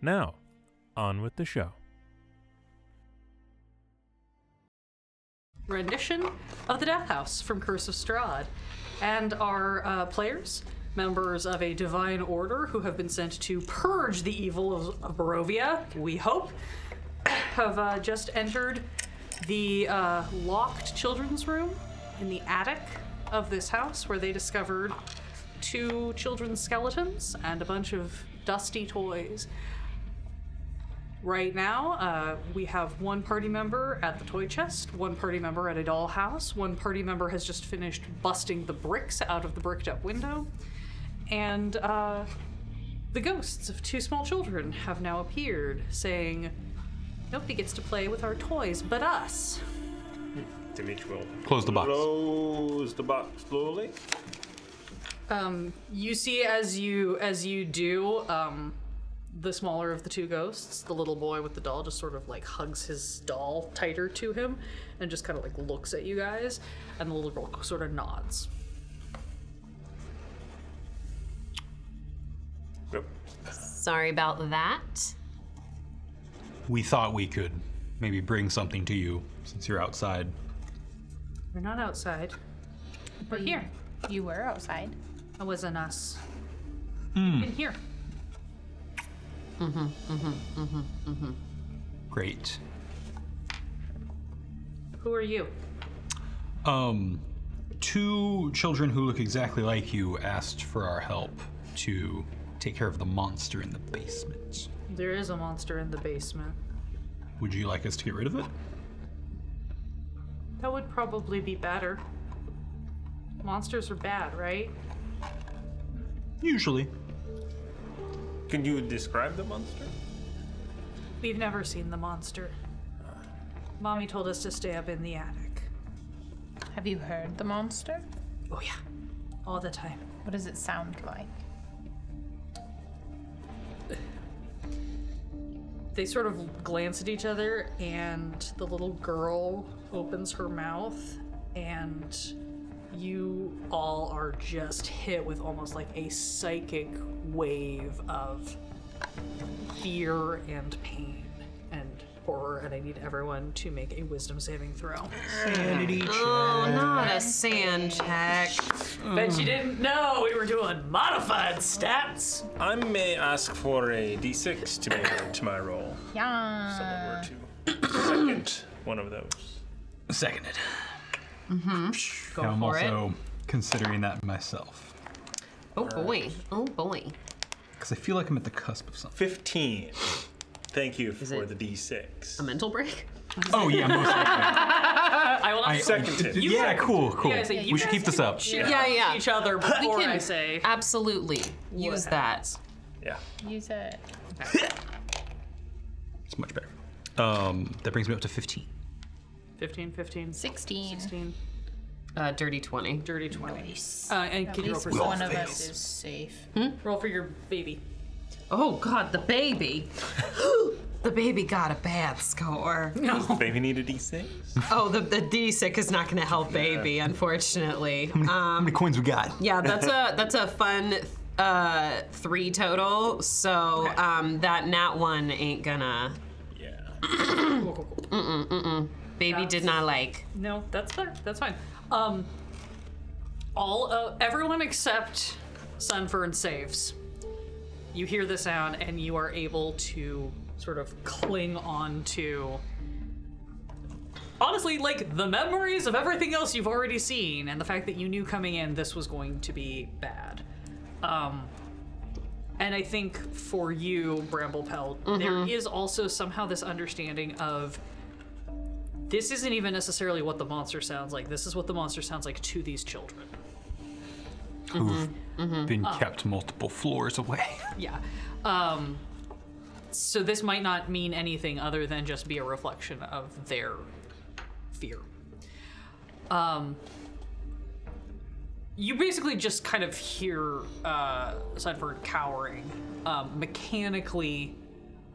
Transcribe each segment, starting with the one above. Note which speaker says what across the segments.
Speaker 1: Now, on with the show.
Speaker 2: rendition of the Death House from Curse of Strahd, and our uh, players, members of a divine order who have been sent to purge the evil of, of Barovia, we hope, have uh, just entered the uh, locked children's room in the attic of this house where they discovered two children's skeletons and a bunch of dusty toys. Right now, uh, we have one party member at the toy chest, one party member at a dollhouse, one party member has just finished busting the bricks out of the bricked up window, and uh, the ghosts of two small children have now appeared, saying, Nobody gets to play with our toys but us.
Speaker 3: Dimitri will
Speaker 4: Close the box.
Speaker 3: close the box slowly.
Speaker 2: Um, you see, as you as you do, um, the smaller of the two ghosts, the little boy with the doll, just sort of like hugs his doll tighter to him, and just kind of like looks at you guys, and the little girl sort of nods.
Speaker 3: Yep.
Speaker 5: Sorry about that.
Speaker 4: We thought we could maybe bring something to you since you're outside.
Speaker 2: We're not outside. We're here.
Speaker 6: You were outside.
Speaker 2: It wasn't us. In here.
Speaker 4: Great.
Speaker 2: Who are you?
Speaker 4: Um, two children who look exactly like you asked for our help to take care of the monster in the basement.
Speaker 2: There is a monster in the basement.
Speaker 4: Would you like us to get rid of it?
Speaker 2: That would probably be better. Monsters are bad, right?
Speaker 4: Usually.
Speaker 3: Can you describe the monster?
Speaker 2: We've never seen the monster. Mommy told us to stay up in the attic.
Speaker 6: Have you heard the monster?
Speaker 2: Oh, yeah. All the time.
Speaker 6: What does it sound like?
Speaker 2: They sort of glance at each other, and the little girl opens her mouth, and you all are just hit with almost like a psychic wave of fear and pain and horror. And I need everyone to make a wisdom saving throw.
Speaker 5: Oh, not a sand check.
Speaker 2: Bet you didn't know we were doing modified stats.
Speaker 3: I may ask for a d6 to be added to my roll.
Speaker 6: Yeah.
Speaker 3: Or to second one of those.
Speaker 4: Seconded.
Speaker 5: Go
Speaker 4: I'm
Speaker 5: for it.
Speaker 4: also considering that myself
Speaker 5: Oh boy. Oh boy.
Speaker 4: because I feel like I'm at the cusp of something.
Speaker 3: 15. Thank you for
Speaker 5: it-
Speaker 3: the d6.
Speaker 5: A mental break?
Speaker 4: Oh yeah, most likely.
Speaker 2: I will not
Speaker 4: I-
Speaker 3: Seconded.
Speaker 4: I- yeah, cool, cool.
Speaker 2: guys- you
Speaker 4: we should
Speaker 2: guys
Speaker 4: keep this
Speaker 2: can
Speaker 4: up.
Speaker 2: shoot
Speaker 5: Yeah, yeah.
Speaker 2: each other before
Speaker 5: can-
Speaker 2: I say.
Speaker 5: Absolutely. Use that.
Speaker 3: Yeah.
Speaker 6: Use it.
Speaker 4: It's much better. Um, that brings me up to 15.
Speaker 2: 15, 15,
Speaker 6: 16.
Speaker 2: 16,
Speaker 5: Uh, dirty 20.
Speaker 2: dirty 20. Uh, and
Speaker 6: At
Speaker 2: can you roll
Speaker 6: least
Speaker 2: for,
Speaker 6: one of us is safe.
Speaker 2: roll for your baby?
Speaker 5: Oh god, the baby. the baby got a bad score.
Speaker 3: Baby need a d6?
Speaker 5: Oh, the, the D-sick is not going to help baby, unfortunately.
Speaker 4: How many coins we got?
Speaker 5: Yeah, that's a that's a fun uh, three total. So um, that nat one ain't gonna.
Speaker 3: Yeah.
Speaker 5: Baby did not like.
Speaker 2: No, that's fair. That's fine. Um, all uh, everyone except Sunfern saves. You hear the sound, and you are able to sort of cling on to. Honestly, like the memories of everything else you've already seen, and the fact that you knew coming in this was going to be bad. Um, and I think for you, Bramblepelt, there is also somehow this understanding of this isn't even necessarily what the monster sounds like. This is what the monster sounds like to these children.
Speaker 4: Who've been kept multiple floors away.
Speaker 2: Yeah. Um, So this might not mean anything other than just be a reflection of their fear. Um, you basically just kind of hear uh, Sunfern cowering. Um, mechanically,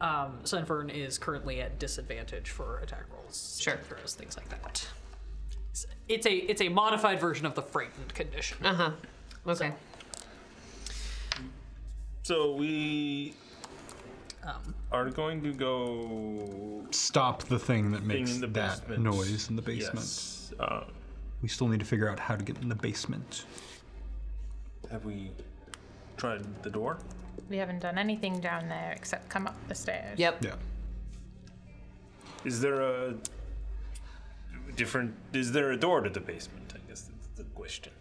Speaker 2: um, Sunfern is currently at disadvantage for attack rolls,
Speaker 5: Sure.
Speaker 2: throws, things like that. It's- It's a it's a modified version of the frightened condition.
Speaker 5: Uh huh. Okay.
Speaker 3: So we
Speaker 2: Um,
Speaker 3: are going to go
Speaker 4: Stop the thing that
Speaker 3: thing
Speaker 4: makes
Speaker 3: in the
Speaker 4: that
Speaker 3: basement.
Speaker 4: noise in the basement.
Speaker 3: Yes. Uh,
Speaker 4: We still need to figure out how to get in the basement.
Speaker 3: have we tried the door?
Speaker 6: We haven't done anything down there except come up the stairs.
Speaker 5: Yep.
Speaker 4: Yeah.
Speaker 3: Is there a different? Is there a door to the basement? I guess that's the question.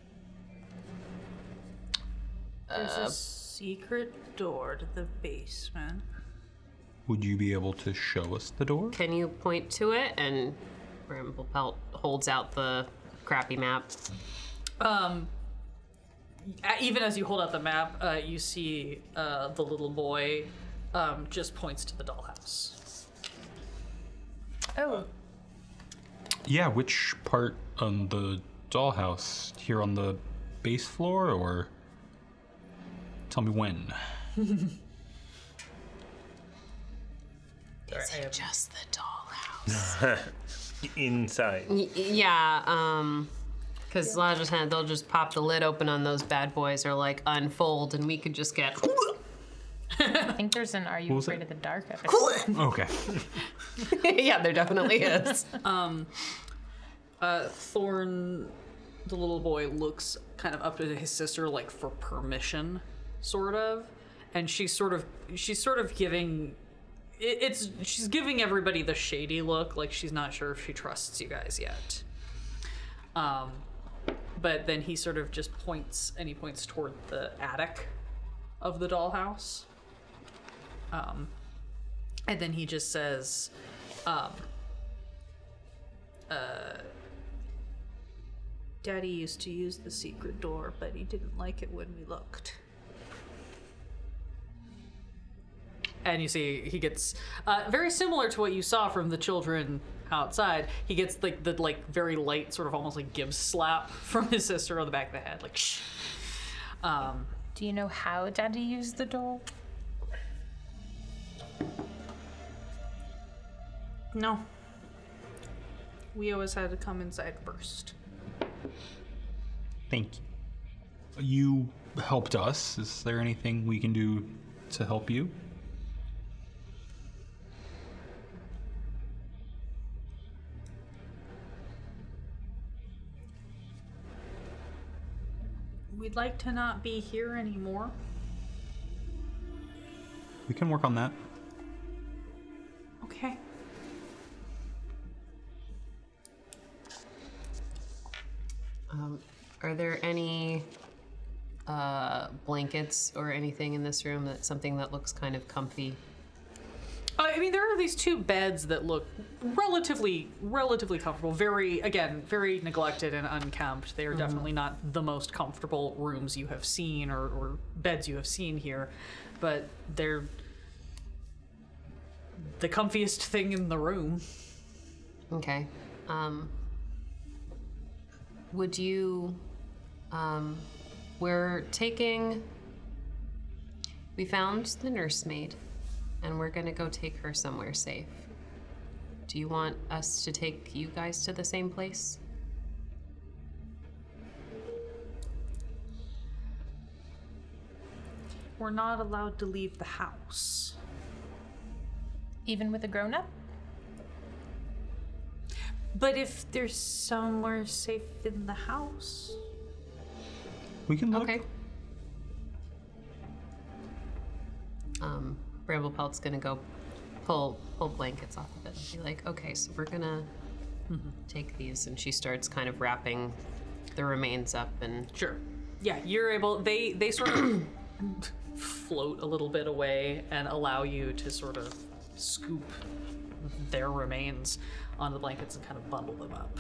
Speaker 7: There's a secret door to the basement.
Speaker 4: Would you be able to show us the door?
Speaker 5: Can you point to it? And Bramblepelt holds out the crappy map.
Speaker 2: Um, a- even as you hold out the map, uh, you see uh, the little boy um, just points to the dollhouse.
Speaker 6: Oh,
Speaker 4: Yeah, which part on the dollhouse? Here on the base floor, or tell me when?
Speaker 5: Is it just the dollhouse?
Speaker 3: Inside.
Speaker 5: Y- yeah. Um. Because a lot of the time they'll just pop the lid open on those bad boys or like unfold, and we could just get.
Speaker 6: I think there's an Are You
Speaker 4: was
Speaker 6: Afraid
Speaker 4: that?
Speaker 6: of the Dark episode.
Speaker 4: Okay.
Speaker 5: yeah, there definitely is.
Speaker 2: Uh, Thorn, the little boy, looks kind of up to his sister, like for permission, sort of, and she's sort of she's sort of giving. it- It's she's giving everybody the shady look, like she's not sure if she trusts you guys yet. Um, but then he sort of just points and he points toward the attic of the dollhouse. Um, and then he just says, um,
Speaker 7: Daddy used to use the secret door, but he didn't like it when we looked.
Speaker 2: and you see he gets uh, very similar to what you saw from the children outside. He gets like the like very light, sort of almost like Gibbs slap from his sister on the back of the head, like shh. Um,
Speaker 6: Do you know how Daddy used the door?
Speaker 7: No. We always had to come inside first.
Speaker 4: Thank you. You helped us. Is there anything we can do to help you?
Speaker 7: We'd like to not be here anymore.
Speaker 4: We can work on that.
Speaker 7: Okay.
Speaker 5: Um, are there any uh, blankets or anything in this room that's something that looks kind of comfy?
Speaker 2: uh, I mean, there are these two beds that look relatively, relatively comfortable. Very, again, very neglected and unkempt.
Speaker 7: Mm-hmm.
Speaker 2: They are definitely not the most comfortable rooms you have seen or, or beds you have seen here, but they're the comfiest thing in the room.
Speaker 5: Okay. Um, would you? Um, we're taking. We found the nursemaid, and we're gonna go take her somewhere safe. Do you want us to take you guys to the same place?
Speaker 7: We're not allowed to leave the house.
Speaker 6: Even with a grown up?
Speaker 7: But if there's somewhere safe in the house,
Speaker 4: We can look.
Speaker 5: Okay. Um, Bramble Pelt's gonna go pull pull blankets off of it and be like, okay, so we're gonna take these, and she starts kind of wrapping the remains up, and
Speaker 2: Sure. Yeah, you're able. They they sort of float a little bit away and allow you to sort of scoop their remains onto the blankets and kind of bundle them up.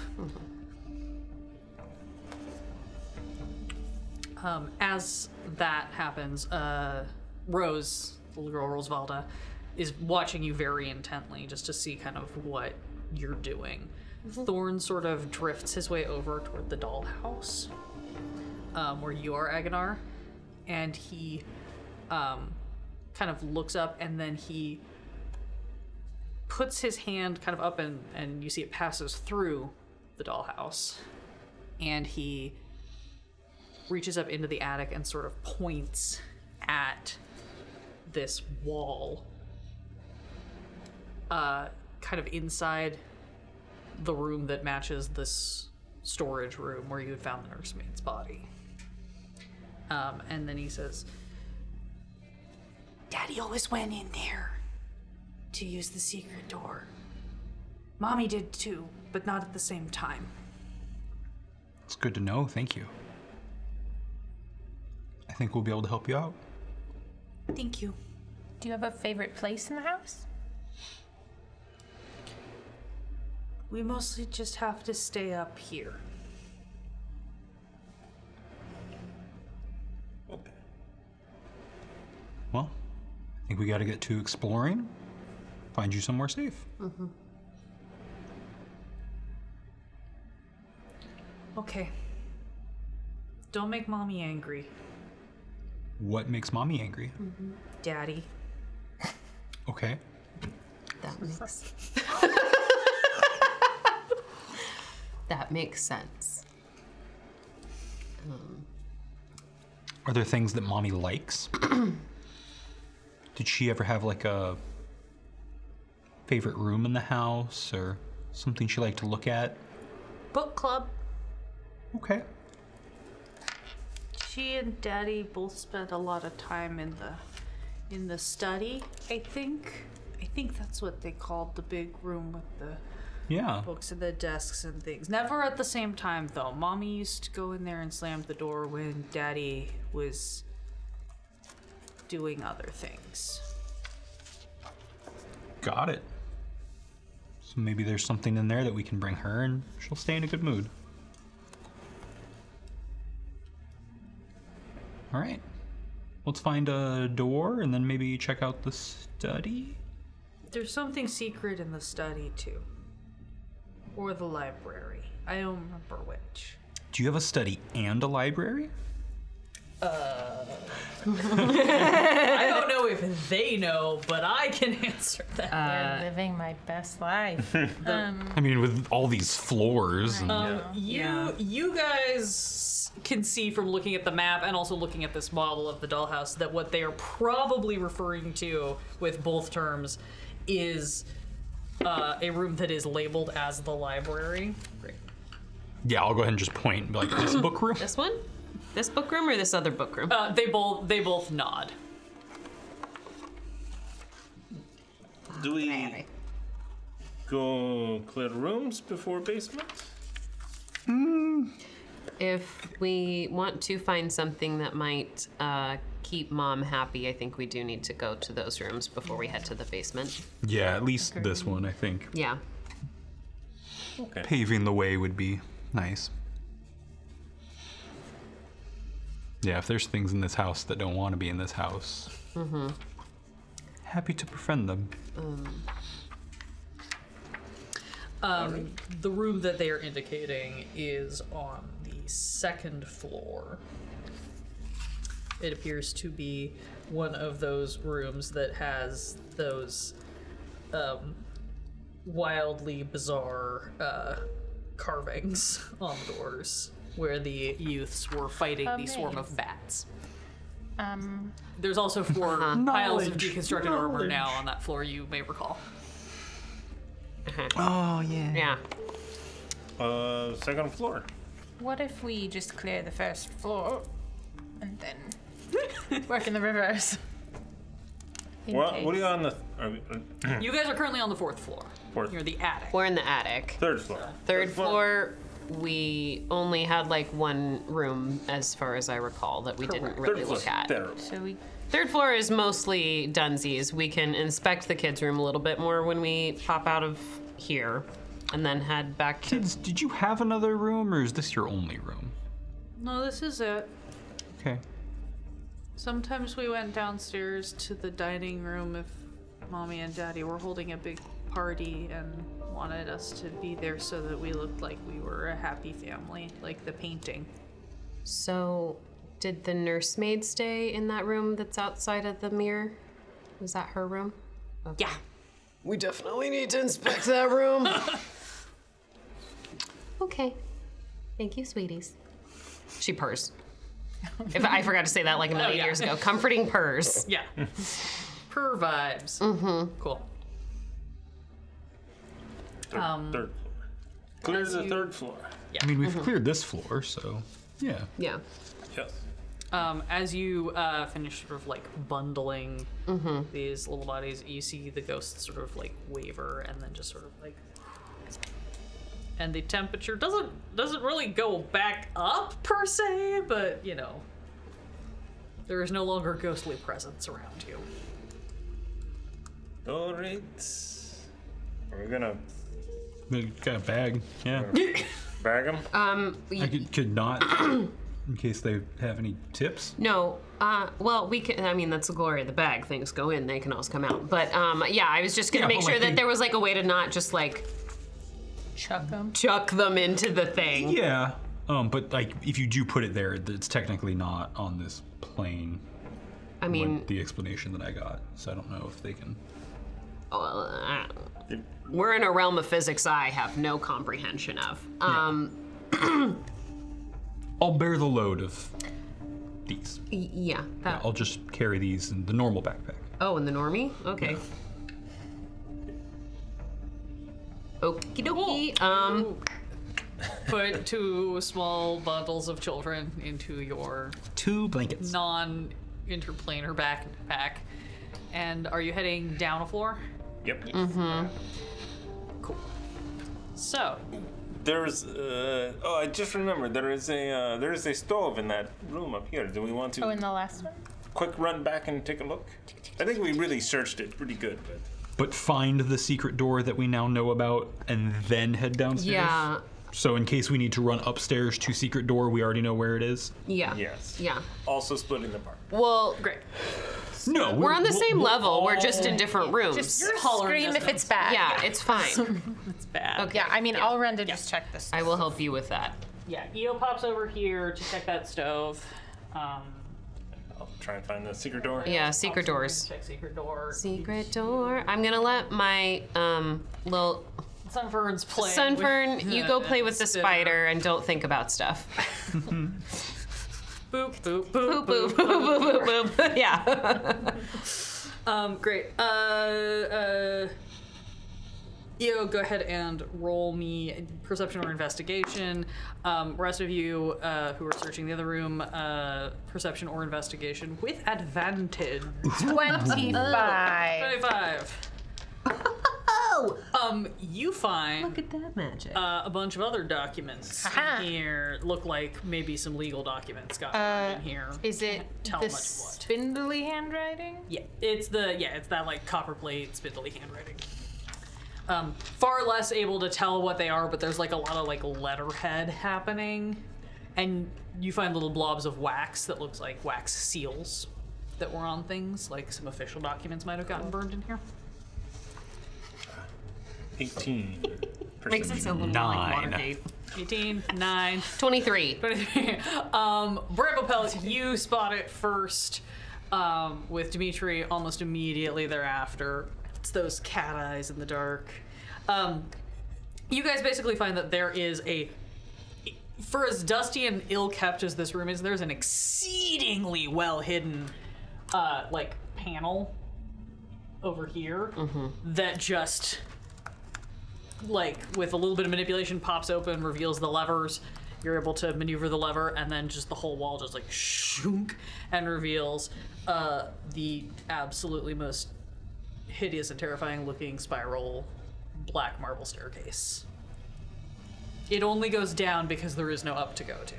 Speaker 2: Um, as that happens, uh, Rose, the little girl Rosevalda, is watching you very intently just to see kind of what you're doing. Thorn sort of drifts his way over toward the dollhouse, um, where you are, Aganar, and he um, kind of looks up and then he puts his hand kind of up and, and you see it passes through the dollhouse and he reaches up into the attic and sort of points at this wall uh, kind of inside the room that matches this storage room where you had found the nursemaid's body um, and then he says daddy always went in there to use the secret door mommy did too but not at the same time
Speaker 4: It's good to know. Thank you. I think we'll be able to help you out.
Speaker 2: thank you
Speaker 6: Do you have a favorite place in the house?
Speaker 2: we mostly just have to stay up here
Speaker 3: Okay.
Speaker 4: Well, I think we got to get to exploring. Find you somewhere safe.
Speaker 2: Okay. Don't make mommy angry,
Speaker 4: What makes mommy angry?
Speaker 2: daddy.
Speaker 4: Okay.
Speaker 5: That makes. that makes sense.
Speaker 4: Are there things that mommy likes? Did she ever have like a favorite room in the house or something she liked to look at?
Speaker 2: Book club.
Speaker 4: Okay.
Speaker 7: She and Daddy both spent a lot of time in the in the study. I think I think that's what they called the big room with the
Speaker 4: Yeah.
Speaker 7: books and the desks and things. Never at the same time though. Mommy used to go in there and slam the door when Daddy was doing other things.
Speaker 4: Got it. So maybe there's something in there that we can bring her and she'll stay in a good mood. All right. Let's find a door and then maybe check out the study.
Speaker 7: There's something secret in the study too. Or the library. I don't remember which.
Speaker 4: Do you have a study and a library?
Speaker 2: I don't know if they know, but I can answer that.
Speaker 6: You're living my best life.
Speaker 4: I mean, with all these floors. And...
Speaker 2: you you guys can see from looking at the map and also looking at this model of the dollhouse that what they are probably referring to with both terms is uh, a room that is labeled as the library.
Speaker 4: Yeah, I'll go ahead and just point and be like, this book room?
Speaker 5: This one? This book room or this other book room?
Speaker 2: Uh, they both they both nod.
Speaker 3: Do we go clear rooms before basement?
Speaker 5: If we want to find something that might uh, keep mom happy, I think we do need to go to those rooms before we head to the basement.
Speaker 4: Yeah, at least this one, I think.
Speaker 5: Yeah.
Speaker 4: Paving the way would be nice. Yeah, if there's things in this house that don't want to be in this house, Mm-hmm. happy to befriend them.
Speaker 2: Um, the room that they are indicating is on the second floor. It appears to be one of those rooms that has those um, wildly bizarre uh, carvings on the doors where the youths were fighting the swarm of bats.
Speaker 6: Um,
Speaker 2: There's also 4 piles of deconstructed armor now on that floor, you may recall.
Speaker 4: Oh, yeah.
Speaker 5: Yeah.
Speaker 3: Uh, second floor.
Speaker 6: what if we just clear the first floor and then work in the reverse? In
Speaker 3: What, what are
Speaker 6: case.
Speaker 3: you on the th- are we, uh,
Speaker 2: You guys are currently on the fourth floor.
Speaker 3: Fourth.
Speaker 2: You're the attic.
Speaker 5: We're in the attic.
Speaker 3: third floor?
Speaker 5: Third floor, we only had like one room, as far as I recall, that we didn't really
Speaker 3: Third floor.
Speaker 5: look at.
Speaker 3: Terrible.
Speaker 6: So we
Speaker 5: Third floor is mostly Dunsies. We can inspect the kids' room a little bit more when we pop out of here and then head back to.
Speaker 4: Kids, did you have another room or is this your only room?
Speaker 7: No, this is it.
Speaker 4: Okay.
Speaker 7: Sometimes we went downstairs to the dining room if Mommy and Daddy were holding a big party and wanted us to be there so that we looked like we were a happy family, like the painting.
Speaker 5: So, did the nursemaid stay in that room that's outside of the mirror? Was that her room?
Speaker 2: Yeah.
Speaker 5: We definitely need to inspect that room. okay. Thank you, sweeties. She purrs. If I forgot to say that like a
Speaker 4: Oh,
Speaker 5: million
Speaker 2: yeah.
Speaker 5: years ago, comforting purrs.
Speaker 2: Yeah. Purr vibes. Cool.
Speaker 3: Third, third floor. Clear the third floor.
Speaker 4: I mean, we've cleared this floor, so yeah.
Speaker 5: Yeah.
Speaker 3: Yes.
Speaker 2: Um, as you uh, finish sort of like bundling these little bodies, you see the ghosts sort of like waver and then just sort of like, and the temperature doesn't doesn't really go back up per se, but you know, there is no longer ghostly presence around you.
Speaker 3: All right. We're gonna
Speaker 4: We Got a bag. Yeah.
Speaker 3: bag him.
Speaker 5: Um.
Speaker 4: I could, could not, in case they have any tips.
Speaker 5: No. Uh. Well, we can. I mean, that's the glory of the bag. Things go in, they can always come out. But um. Yeah, I was just gonna
Speaker 4: Yeah,
Speaker 5: make
Speaker 4: but,
Speaker 5: sure
Speaker 4: like,
Speaker 5: that
Speaker 4: they-
Speaker 5: there was like a way to not just like
Speaker 6: Chuck them.
Speaker 5: chuck them into the thing.
Speaker 4: Yeah. Um, but like, if you do put it there, it's technically not on this plane.
Speaker 5: I mean,
Speaker 4: like the explanation that I got. So I don't know if they can.
Speaker 5: well, I don't- Uh, we're in a realm of physics I have no comprehension of. Um,
Speaker 4: I'll bear the load of these.
Speaker 5: y- yeah. that-
Speaker 4: I'll just carry these in the normal backpack.
Speaker 5: oh, and the normie? Okay. Okie dokie. Um,
Speaker 2: Put two small bundles of children into your
Speaker 4: Two blankets.
Speaker 2: non-interplanar backpack, and are you heading down a floor?
Speaker 3: Yep.
Speaker 2: Cool. So
Speaker 3: There's. Uh, oh, I just remembered. There is a. Uh, there is a stove in that room up here. Do we want to
Speaker 6: Oh, in the last one?
Speaker 3: quick run back and take a look? I think we really searched it pretty good, but
Speaker 4: But find the secret door that we now know about, and then head downstairs.
Speaker 5: yeah.
Speaker 4: So in case we need to run upstairs to secret door, we already know where it is.
Speaker 5: Yeah.
Speaker 3: yes.
Speaker 5: Yeah.
Speaker 3: Also splitting the park.
Speaker 5: Well,
Speaker 2: great.
Speaker 4: No,
Speaker 5: we're on the
Speaker 4: we'll-
Speaker 5: same
Speaker 4: we'll-
Speaker 5: level. We're oh, just in different rooms.
Speaker 6: Just
Speaker 2: hollering
Speaker 6: scream
Speaker 2: at
Speaker 6: if it's bad.
Speaker 5: yeah, it's fine.
Speaker 2: It's bad.
Speaker 5: Okay.
Speaker 6: Yeah, I mean, I'll run to just check this.
Speaker 5: I will help you with that.
Speaker 2: Yeah, Eo pops over here to check that stove. Um,
Speaker 3: I'll try and find the secret door.
Speaker 5: Yeah, secret
Speaker 2: pops over
Speaker 5: doors.
Speaker 2: to Check secret door.
Speaker 5: Secret door. I'm gonna let my um little
Speaker 2: Sunfern's playing.
Speaker 5: sunfern. You go play with the
Speaker 2: Spinner.
Speaker 5: spider and don't think about stuff.
Speaker 2: Boop boop boop
Speaker 5: boop, boop, boop, boop, boop, boop. Yeah.
Speaker 2: Um, great. Uh, uh, Eo, go ahead and roll me perception or investigation. Um, rest of you uh, who are searching the other room, uh, perception or investigation with advantage.
Speaker 6: 25.
Speaker 2: 25.
Speaker 5: Oh,
Speaker 2: Um, you find
Speaker 5: look at that magic.
Speaker 2: uh, a bunch of other documents
Speaker 6: Aha.
Speaker 2: in here look like maybe some legal documents got
Speaker 6: Uh,
Speaker 2: in here.
Speaker 6: Is it
Speaker 2: tell
Speaker 6: the
Speaker 2: much what.
Speaker 6: spindly handwriting?
Speaker 2: yeah, it's the yeah, it's that like copper plate spindly handwriting. Um, far less able to tell what they are, but there's like a lot of like letterhead happening, and you find little blobs of wax that looks like wax seals that were on things. Like some official documents might have gotten burned in here.
Speaker 3: 18.
Speaker 5: Makes it sound a little like
Speaker 4: Nine.
Speaker 5: Watergate.
Speaker 2: 18, 9,
Speaker 5: Twenty-three.
Speaker 2: um, Bramblepelt, you spot it first, um, with Dimitri almost immediately thereafter. It's those cat eyes in the dark. Um, you guys basically find that there is a. For as dusty and ill kept as this room is, there's an exceedingly well hidden, uh, like, panel over here that just like with a little bit of manipulation pops open reveals the levers you're able to maneuver the lever and then just the whole wall just like shunk and reveals uh, the absolutely most hideous and terrifying looking spiral black marble staircase it only goes down because there is no up to go to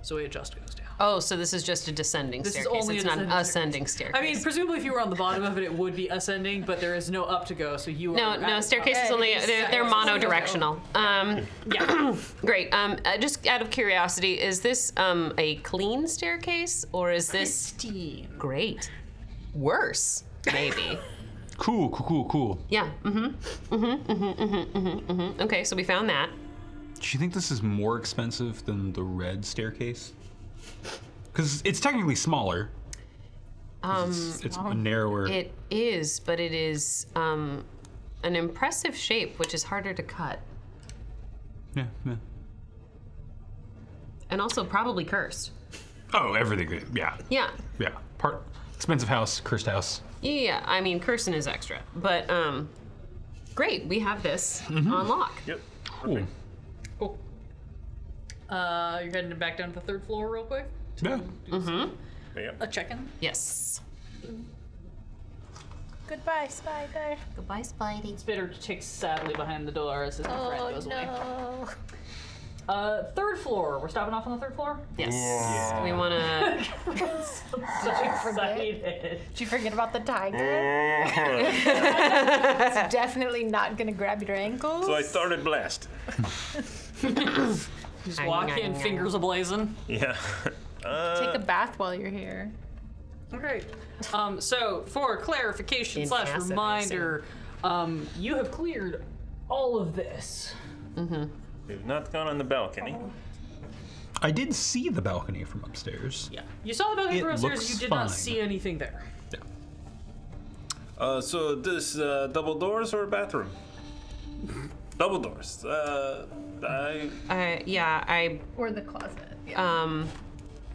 Speaker 2: so it just goes down
Speaker 5: Oh, so this is just a descending
Speaker 2: This is
Speaker 5: staircase.
Speaker 2: only
Speaker 5: it's
Speaker 2: a
Speaker 5: not an
Speaker 2: descending
Speaker 5: ascending staircase.
Speaker 2: i mean presumably if you were on the bottom of it it would be ascending but there is no up to go so you
Speaker 5: no,
Speaker 2: are
Speaker 5: no,
Speaker 2: at-
Speaker 5: staircase is only they're, they're monodirectional. Um,
Speaker 2: yeah
Speaker 5: great. Um, uh, just out of curiosity, is this um a clean staircase or is this
Speaker 2: steam
Speaker 5: great? Worse, maybe.
Speaker 4: Cool, cool, cool, cool.
Speaker 5: Yeah. Mm-hmm. Mm-hmm. Mm-hmm. Mm-hmm. Mm-hmm. Okay, so we found that.
Speaker 4: Do you think this is more expensive than the red staircase? Because it's technically smaller. 'cause
Speaker 5: Um,
Speaker 4: it's, it's a narrower.
Speaker 5: It is, but it is um, an impressive shape, which is harder to cut,
Speaker 4: yeah, yeah.
Speaker 5: and also probably cursed.
Speaker 4: Oh, everything. Yeah,
Speaker 5: Yeah,
Speaker 4: yeah. Part expensive house, cursed house.
Speaker 5: yeah. yeah. I mean, cursing is extra, but um, great. We have this on lock.
Speaker 3: Yep.
Speaker 4: Cool.
Speaker 2: Uh, you're heading back down to the third floor real quick.
Speaker 4: Yeah.
Speaker 2: A check-in.
Speaker 5: Mm-hmm. Yes.
Speaker 6: Goodbye, spider.
Speaker 5: Goodbye, Spidey.
Speaker 2: Spitter takes sadly behind the door as his friend
Speaker 6: Oh
Speaker 2: goes away.
Speaker 6: no.
Speaker 2: Uh, third floor. We're stopping off on the third floor.
Speaker 5: Yes. We want to.
Speaker 2: Such excited.
Speaker 6: Did you forget about the tiger? It's definitely not gonna grab your ankles.
Speaker 3: so I started blast.
Speaker 2: Just walk in, fingers ablazing.
Speaker 3: Yeah. Uh,
Speaker 6: Take a bath while you're here.
Speaker 2: Okay. Um, so for clarification
Speaker 5: In
Speaker 2: slash
Speaker 5: acid, I
Speaker 2: reminder, um, you have cleared all of this.
Speaker 3: We've not gone on the balcony.
Speaker 4: I did see the balcony from upstairs.
Speaker 2: Yeah. You saw the balcony
Speaker 4: It
Speaker 2: from upstairs.
Speaker 4: looks
Speaker 2: You did
Speaker 4: fine.
Speaker 2: not see anything there.
Speaker 4: Yeah.
Speaker 3: Uh, so this uh, double doors or bathroom? double doors. Uh, I
Speaker 5: Uh, yeah, I
Speaker 6: Or the closet.
Speaker 5: Um,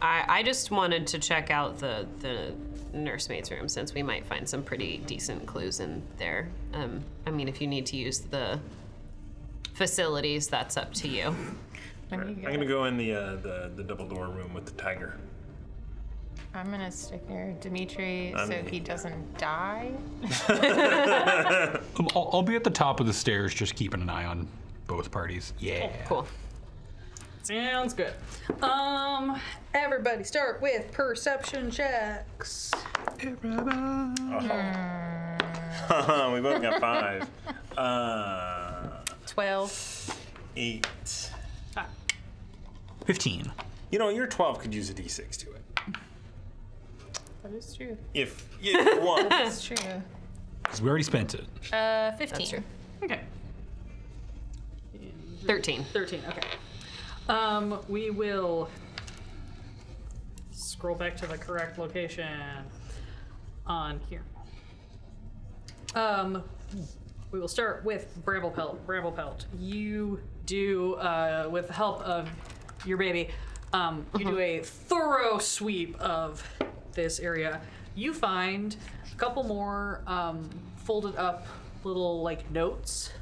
Speaker 5: I, I just wanted to check out the the nursemaid's room since we might find some pretty decent clues in there. Um, I mean, if you need to use the facilities, that's up to you.
Speaker 3: I'm gonna go in the uh, the the double door room with the tiger.
Speaker 6: I'm gonna stick near Dimitri so
Speaker 3: I'm-
Speaker 6: he doesn't die.
Speaker 4: Um, I'll, I'll be at the top of the stairs, just keeping an eye on both parties. Yeah.
Speaker 2: Oh,
Speaker 5: Cool.
Speaker 2: Sounds good. Um, everybody start with perception checks.
Speaker 3: we both got five. Uh,
Speaker 6: Twelve.
Speaker 3: eight.
Speaker 4: Fifteen.
Speaker 3: You know, your 12 could use a d6 to it.
Speaker 6: That is true.
Speaker 3: If you want.
Speaker 6: That's true.
Speaker 4: Because we already spent it.
Speaker 6: Uh, fifteen.
Speaker 5: That's true.
Speaker 2: Okay.
Speaker 5: Thirteen.
Speaker 2: 13, okay. Um, we will scroll back to the correct location on here. Um, we will start with Bramble Pelt. Bramble Pelt, you do, uh, with the help of your baby, um, you do a thorough sweep of this area. You find a couple more um, folded up little like notes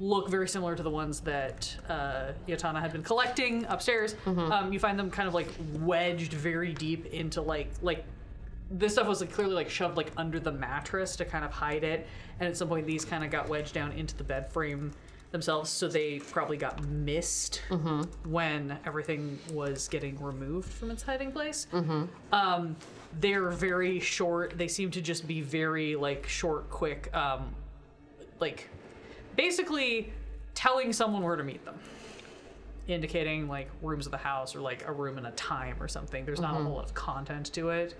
Speaker 2: look very similar to the ones that uh, Yatana had been collecting upstairs. Um, you find them kind of like wedged very deep into like like this stuff was like clearly like shoved like under the mattress to kind of hide it, and at some point these kind of got wedged down into the bed frame themselves, so they probably got missed when everything was getting removed from its hiding place. Um, they're very short. They seem to just be very like short, quick, um, like basically telling someone where to meet them indicating like rooms of the house or like a room and a time or something there's not a whole lot of content to it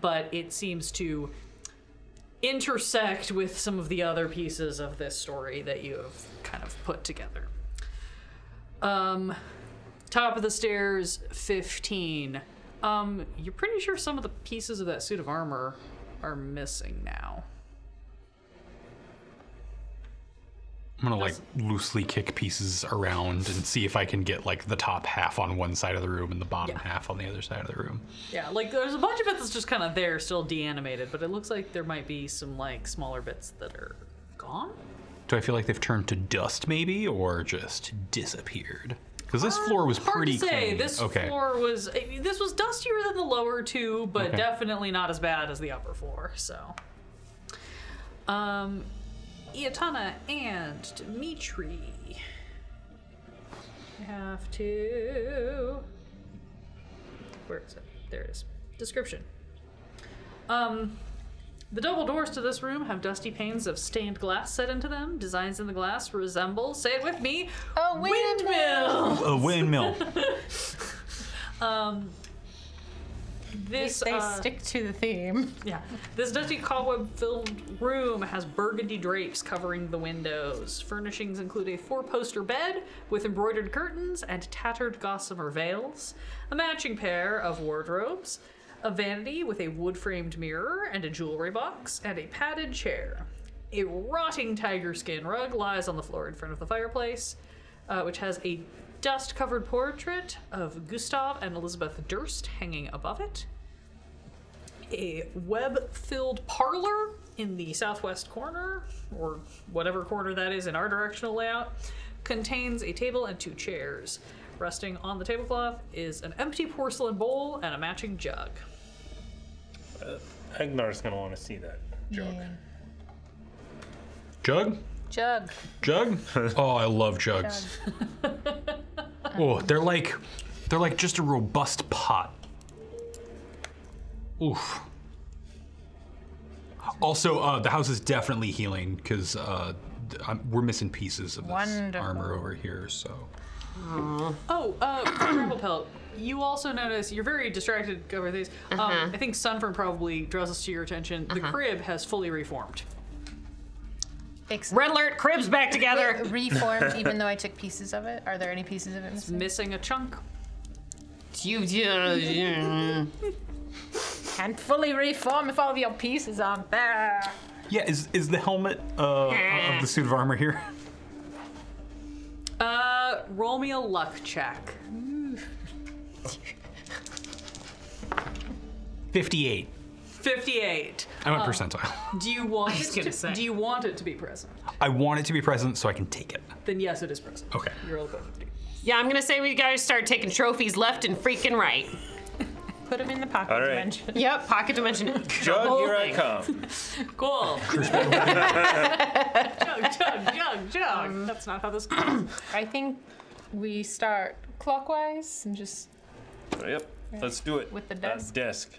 Speaker 2: but it seems to intersect with some of the other pieces of this story that you have kind of put together um top of the stairs 15 um you're pretty sure some of the pieces of that suit of armor are missing now
Speaker 4: I'm gonna like loosely kick pieces around and see if I can get like the top half on one side of the room and the bottom
Speaker 2: Yeah.
Speaker 4: half on the other side of the room.
Speaker 2: Yeah, like there's a bunch of it that's just kind of there, still deanimated, but it looks like there might be some like smaller bits that are gone.
Speaker 4: Do I feel like they've turned to dust maybe or just disappeared? Because this floor was
Speaker 2: Uh, Hard
Speaker 4: pretty
Speaker 2: to say.
Speaker 4: clean.
Speaker 2: This
Speaker 4: okay.
Speaker 2: floor was I mean, this was dustier than the lower two, but
Speaker 4: Okay.
Speaker 2: definitely not as bad as the upper floor. So, um, Iatana and Dimitri I have to. Where is it? There it is. Description. Um, the double doors to this room have dusty panes of stained glass set into them. Designs in the glass resemble, say it with me,
Speaker 6: Oh, windmill.
Speaker 2: windmill.
Speaker 4: A windmill.
Speaker 2: Um, This
Speaker 6: They
Speaker 2: uh,
Speaker 6: stick to the theme.
Speaker 2: Yeah. This dusty cobweb filled room has burgundy drapes covering the windows. Furnishings include a four poster bed with embroidered curtains and tattered gossamer veils, a matching pair of wardrobes, a vanity with a wood framed mirror and a jewelry box, and a padded chair. A rotting tiger skin rug lies on the floor in front of the fireplace, uh, which has a dust covered portrait of Gustav and Elizabeth Durst hanging above it a web filled parlor in the southwest corner, or whatever corner that is in our directional layout, contains a table and two chairs. Resting on the tablecloth is an empty porcelain bowl and a matching jug.
Speaker 3: Agnar's gonna want to see that jug.
Speaker 4: Jug?
Speaker 6: Jug.
Speaker 4: Jug? Oh, I love jugs. oh, they're like they're like just a robust pot. Oof. Also, uh, the house is definitely healing because uh, th- I'm- we're missing pieces of this
Speaker 6: Wonderful.
Speaker 4: armor over here. So,
Speaker 2: Oh, uh, Bramble Pelt, you also notice you're very distracted over these.
Speaker 5: Uh-huh.
Speaker 2: Um, I think Sunfern probably draws this to your attention. The crib has fully reformed.
Speaker 6: Excellent.
Speaker 5: Red alert, cribs back together.
Speaker 6: Reformed, even though I took pieces of it. Are there any pieces of it missing?
Speaker 2: Missing a chunk.
Speaker 5: you, you,
Speaker 6: Can't fully reform if all of your pieces aren't there.
Speaker 4: yeah, is is the helmet uh, of the suit of armor here?
Speaker 2: Uh, roll me a luck check.
Speaker 4: Fifty-eight.
Speaker 2: 58.
Speaker 4: I'm
Speaker 5: Oh.
Speaker 4: a percentile.
Speaker 2: Do you want
Speaker 5: was
Speaker 2: it
Speaker 5: gonna
Speaker 2: to-
Speaker 5: say.
Speaker 2: Do you want it to be present?
Speaker 4: I want it to be present so I can take it.
Speaker 2: Then yes, it is present.
Speaker 4: Okay.
Speaker 2: You're all above 50.
Speaker 5: yeah, I'm gonna say we gotta start taking trophies left and freaking right.
Speaker 6: Put them in the pocket
Speaker 3: All right.
Speaker 6: dimension.
Speaker 5: Yep, pocket dimension.
Speaker 3: Jug,
Speaker 5: whole
Speaker 3: here I
Speaker 5: thing.
Speaker 3: come.
Speaker 2: Cool. jug, jug, jug, jug. Um, That's not how this goes.
Speaker 6: I think we start clockwise and just
Speaker 3: yep, let's do it.
Speaker 6: With the
Speaker 3: That
Speaker 6: desk.
Speaker 3: desk.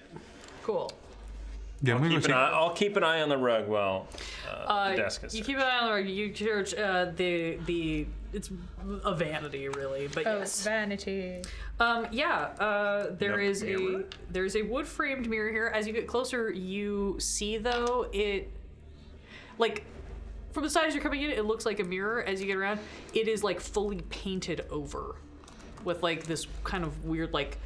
Speaker 2: cool.
Speaker 4: Yeah, I'm gonna go
Speaker 3: Keep an
Speaker 4: take-
Speaker 3: eye, I'll keep an eye on the rug while uh,
Speaker 2: Uh,
Speaker 3: the desk is.
Speaker 2: you
Speaker 3: searched.
Speaker 2: keep an eye on the road. You search uh, the the. It's a vanity, really, but
Speaker 6: oh,
Speaker 2: yes.
Speaker 6: vanity.
Speaker 2: Um, yeah, uh, there
Speaker 3: Nope,
Speaker 2: is
Speaker 3: mirror.
Speaker 2: a there is a wood framed mirror here. As you get closer, you see though it, like, from the sides you're coming in, it looks like a mirror. As you get around, it is like fully painted over, with like this kind of weird like,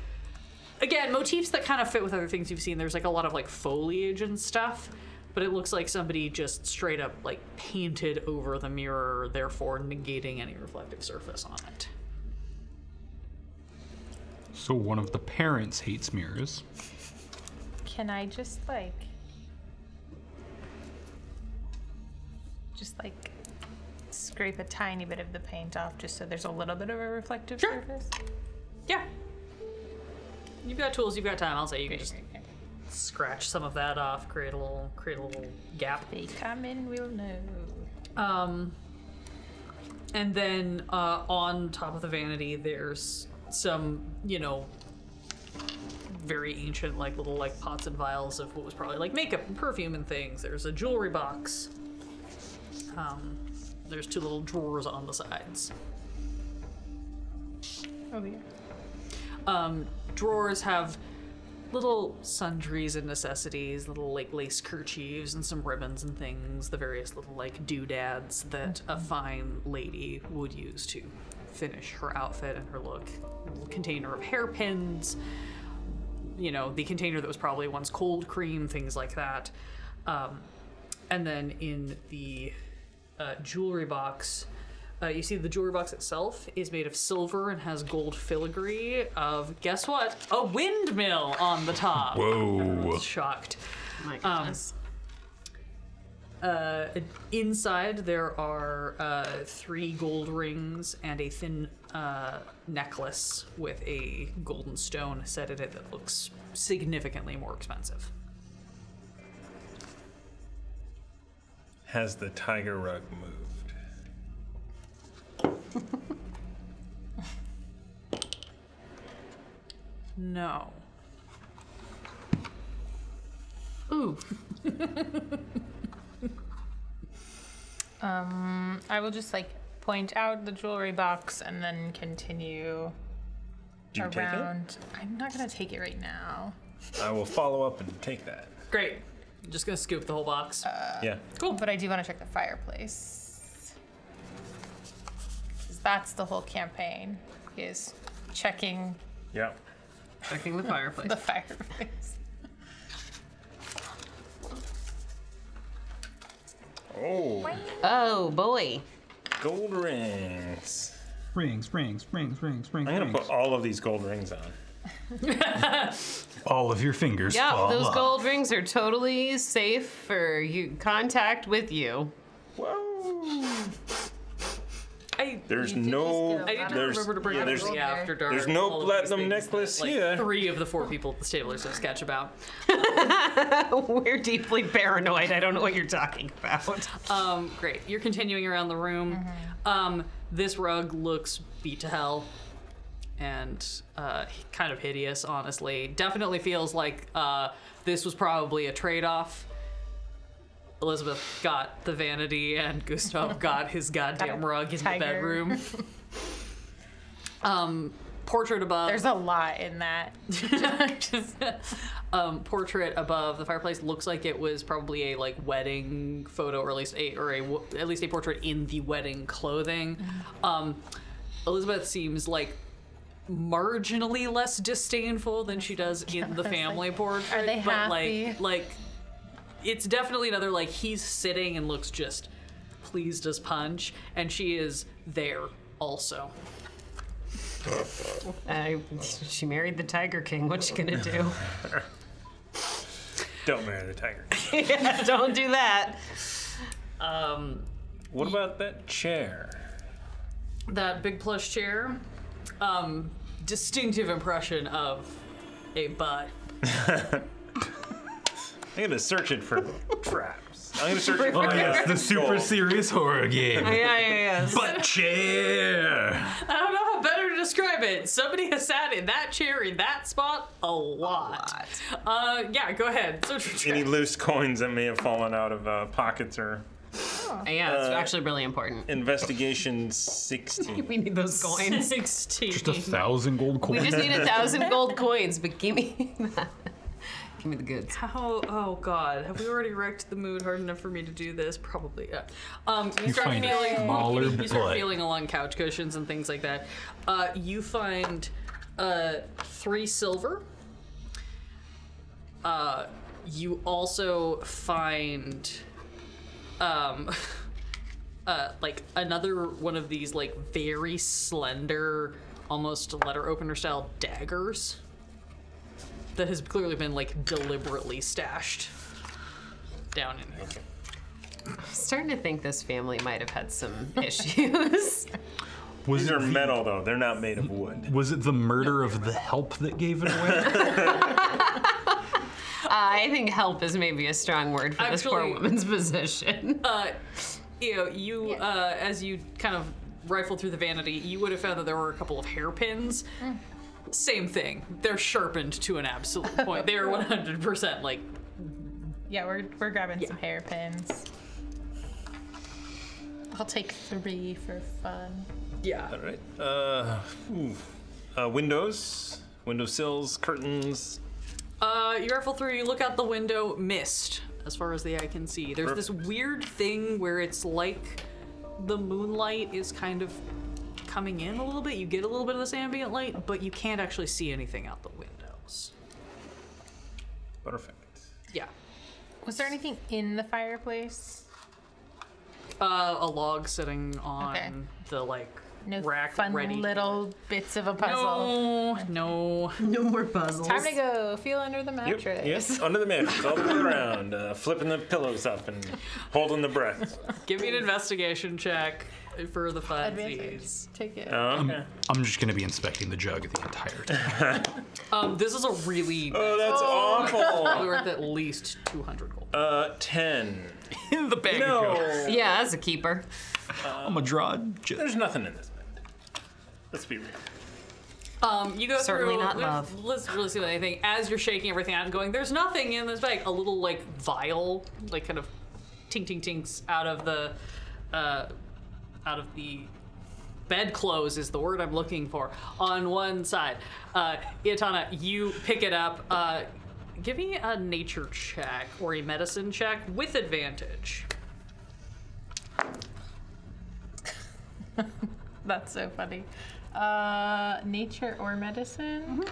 Speaker 2: again motifs that kind of fit with other things you've seen. There's like a lot of like foliage and stuff, but it looks like somebody just straight up like painted over the mirror, therefore negating any reflective surface on it.
Speaker 4: So one of the parents hates mirrors.
Speaker 6: Can I just like. Just like scrape a tiny bit of the paint off just so there's a little bit of a reflective
Speaker 2: Sure.
Speaker 6: surface?
Speaker 2: Yeah. You've got tools, you've got time. I'll say you can just scratch some of that off, create a little, create a little gap.
Speaker 6: They come in, we'll know.
Speaker 2: Um, and then uh, on top of the vanity, there's some, you know, very ancient, like little like pots and vials of what was probably like makeup and perfume and things. There's a jewelry box. Um, there's two little drawers on the sides.
Speaker 6: Oh, yeah.
Speaker 2: um, drawers have little sundries and necessities, little like lace kerchiefs and some ribbons and things, the various little like doodads that a fine lady would use to finish her outfit and her look. Little container of hairpins, you know, the container that was probably once cold cream, things like that. Um, and then in the uh, jewelry box, uh, you see the jewelry box itself is made of silver and has gold filigree of guess what? A windmill on the top.
Speaker 4: Whoa.
Speaker 2: Shocked.
Speaker 5: My goodness.
Speaker 2: Uh, inside there are uh, three gold rings and a thin uh, necklace with a golden stone set in it that looks significantly more expensive.
Speaker 3: Has the tiger rug moved?
Speaker 2: No. Ooh.
Speaker 6: Um, I will just like point out the jewelry box and then continue
Speaker 3: Do you
Speaker 6: around. I'm not gonna take it right now.
Speaker 3: I will follow up and take that.
Speaker 2: Great. I'm just gonna scoop the whole box.
Speaker 6: Uh.
Speaker 3: yeah.
Speaker 2: Cool.
Speaker 6: But I do want to check the fireplace. 'Cause That's the whole campaign is checking
Speaker 3: Yeah.
Speaker 2: Checking the fireplace.
Speaker 6: the fireplace.
Speaker 3: Oh,
Speaker 5: Oh boy.
Speaker 3: gold rings.
Speaker 4: Rings, rings, rings, rings, rings.
Speaker 3: I'm gonna
Speaker 4: rings.
Speaker 3: put all of these gold rings on.
Speaker 4: all of your fingers.
Speaker 5: Yep,
Speaker 4: fall
Speaker 5: those
Speaker 4: off.
Speaker 5: gold rings are totally safe for you contact with you.
Speaker 3: Whoa.
Speaker 2: I,
Speaker 3: There's
Speaker 6: You did
Speaker 3: no.
Speaker 6: just go
Speaker 2: I didn't
Speaker 3: there's,
Speaker 2: remember to bring
Speaker 3: yeah,
Speaker 2: up
Speaker 3: there's,
Speaker 2: the
Speaker 6: gold
Speaker 2: after dark.
Speaker 3: there's no
Speaker 2: all of these
Speaker 3: platinum
Speaker 2: things
Speaker 3: necklace
Speaker 2: that, like,
Speaker 3: here.
Speaker 2: Three of the four people at the stablers have sketch about.
Speaker 5: We're deeply paranoid. I don't know what you're talking about.
Speaker 2: Um, great. You're continuing around the room.
Speaker 6: Mm-hmm.
Speaker 2: Um, this rug looks beat to hell and uh, kind of hideous, honestly. Definitely feels like uh, this was probably a trade off. Elizabeth got the vanity, and Gustav got his goddamn
Speaker 6: Got a
Speaker 2: rug in
Speaker 6: tiger.
Speaker 2: the bedroom. um, portrait above.
Speaker 6: There's a lot in that.
Speaker 2: um, portrait above the fireplace looks like it was probably a like wedding photo, or at least a or a w- at least a portrait in the wedding clothing.
Speaker 6: Mm-hmm.
Speaker 2: Um, Elizabeth seems like marginally less disdainful than she does in the family portrait.
Speaker 6: are they
Speaker 2: but
Speaker 6: happy?
Speaker 2: like like it's definitely another like he's sitting and looks just pleased as punch, and she is there also.
Speaker 5: I, Uh, she married the Tiger King. What's she gonna do?
Speaker 3: Don't marry the tiger.
Speaker 5: don't do that.
Speaker 2: Um,
Speaker 3: What about that chair?
Speaker 2: that big plush chair. Um, distinctive impression of a butt.
Speaker 3: I'm gonna search it for traps. I'm gonna search it for.
Speaker 5: Oh, yes,
Speaker 4: the super serious horror game.
Speaker 5: Yeah, yeah, yeah.
Speaker 4: But chair.
Speaker 2: I don't know how better to describe it. Somebody has sat in that chair in that spot a lot. Uh, yeah, go ahead. Search for
Speaker 3: Any
Speaker 2: chair.
Speaker 3: loose coins that may have fallen out of uh, pockets or
Speaker 5: Uh, Yeah, it's actually really important.
Speaker 3: investigation 16.
Speaker 5: We need those coins.
Speaker 4: Just a thousand gold
Speaker 5: We
Speaker 4: coins.
Speaker 5: just need a thousand gold coins, but give me that. Give me the goods.
Speaker 2: How? Oh God! Have we already wrecked the mood hard enough for me to do this? Probably. Yeah. Um, you, start
Speaker 4: find a
Speaker 2: feeling,
Speaker 4: smaller
Speaker 2: you start
Speaker 4: butt.
Speaker 2: feeling along couch cushions and things like that. Uh, you find uh, three silver. Uh, you also find um, uh, like another one of these like very slender, almost letter opener style daggers that has clearly been like deliberately stashed down in here.
Speaker 5: Starting to think this family might have had some issues.
Speaker 4: Was
Speaker 3: These
Speaker 4: it,
Speaker 3: are metal though, they're not made of wood.
Speaker 4: was it the murder of the help that gave it away?
Speaker 5: I think help is maybe a strong word for this poor
Speaker 2: Actually-
Speaker 5: woman's position.
Speaker 2: Uh, you know, you
Speaker 6: Yeah.
Speaker 2: uh, as you kind of rifle through the vanity, you would have found that there were a couple of hairpins. Same thing. They're sharpened to an absolute point. They are 100% like
Speaker 6: Yeah, we're, we're grabbing some hairpins. I'll take three for fun.
Speaker 2: yeah.
Speaker 3: Alright. Uh, ooh. uh, windows, windowsills, curtains.
Speaker 2: Uh, you rifle through, you look out the window, mist as far as the eye can see. There's this weird thing where it's like the moonlight is kind of coming in a little bit. You get a little bit of this ambient light, but you can't actually see anything out the windows.
Speaker 3: Perfect.
Speaker 2: Yeah.
Speaker 6: Was there anything in the fireplace?
Speaker 2: Uh, a log sitting on
Speaker 6: Okay.
Speaker 2: the like
Speaker 6: No
Speaker 2: rack
Speaker 6: fun
Speaker 2: ready.
Speaker 6: little bits of a puzzle.
Speaker 2: no, no.
Speaker 5: No more puzzles.
Speaker 6: Time to go. Feel under the
Speaker 3: Yep.
Speaker 6: mattress.
Speaker 3: Yes, under the mattress, all the way around, uh, flipping the pillows up and holding the breath.
Speaker 2: Give me an investigation check for the funsies.
Speaker 6: Advantage. Take it.
Speaker 3: Um,
Speaker 4: I'm just gonna be inspecting the jug the entire time.
Speaker 2: Um, this is a really
Speaker 3: oh, that's
Speaker 2: probably
Speaker 3: awful.
Speaker 2: worth at least two hundred gold.
Speaker 3: Uh, 10.
Speaker 4: In the bag.
Speaker 3: No,
Speaker 5: Yeah, that's a keeper.
Speaker 4: I'm gonna draw. Just,
Speaker 3: there's nothing in this bed. Let's be real.
Speaker 2: Um, you go
Speaker 5: Certainly
Speaker 2: through.
Speaker 5: not
Speaker 2: let's-
Speaker 5: love.
Speaker 2: Let's really see what anything. As you're shaking everything out and going, there's nothing in this bag. A little like vial, like kind of tink tink tinks out of the, uh, out of the bedclothes is the word I'm looking for. On one side, uh, Iatana, you pick it up. Uh, Give me a nature check or a medicine check with advantage.
Speaker 6: That's so funny. Uh, nature or medicine?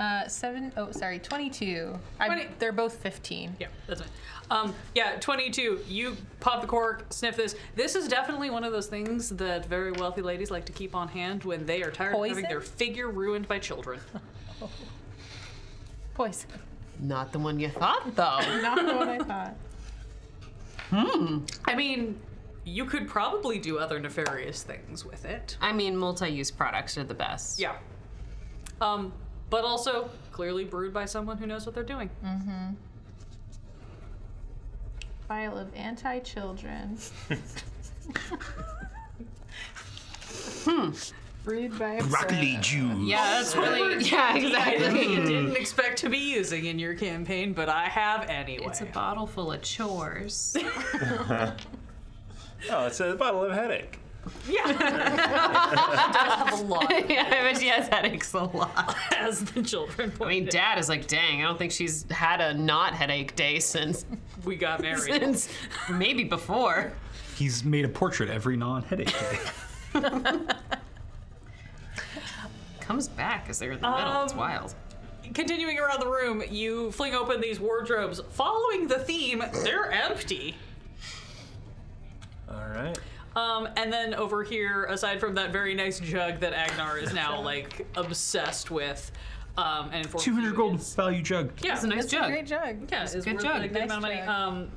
Speaker 6: Uh, seven. Oh, sorry, twenty-two. I,
Speaker 2: 20.
Speaker 6: they're both fifteen.
Speaker 2: Yeah, that's fine. Um, yeah, 22. You pop the cork, sniff this. This is definitely one of those things that very wealthy ladies like to keep on hand when they are tired of
Speaker 6: Poison?
Speaker 2: having their figure ruined by children.
Speaker 6: Poison.
Speaker 5: Not the one you thought, though.
Speaker 6: Not what I thought.
Speaker 2: I mean, you could probably do other nefarious things with it.
Speaker 5: I mean, multi-use products are the best.
Speaker 2: Yeah. Um, but also clearly brewed by someone who knows what they're doing.
Speaker 5: Mm.
Speaker 6: File of anti-children. Brewed by a
Speaker 4: Broccoli juice.
Speaker 5: uh, Yeah, that's really. Yeah, exactly.
Speaker 2: I didn't expect to be using in your campaign, but I have anyway.
Speaker 5: It's a bottle full of chores.
Speaker 3: Oh, it's a bottle of headache.
Speaker 2: a lot,
Speaker 5: yeah, I bet she has headaches a lot.
Speaker 2: as the children
Speaker 5: I mean,
Speaker 2: pointed.
Speaker 5: Dad is like, dang, I don't think she's had a not headache day since
Speaker 2: we got married.
Speaker 5: since maybe before.
Speaker 4: He's made a portrait every non-headache day.
Speaker 5: Comes back as they're in the middle. It's
Speaker 2: Um,
Speaker 5: wild.
Speaker 2: Continuing around the room, you fling open these wardrobes. Following the theme, they're empty.
Speaker 3: All right.
Speaker 2: Um, and then over here, aside from that very nice jug that Agnar is now like obsessed with, um, and informed
Speaker 4: Two hundred
Speaker 2: you
Speaker 4: gold
Speaker 2: is-
Speaker 4: value jug.
Speaker 2: Yeah,
Speaker 5: It's a nice jug.
Speaker 6: Great jug.
Speaker 2: yeah, it's
Speaker 5: good
Speaker 2: worth
Speaker 5: jug.
Speaker 2: a good
Speaker 6: Nice
Speaker 2: amount of money.
Speaker 6: jug.
Speaker 2: Um,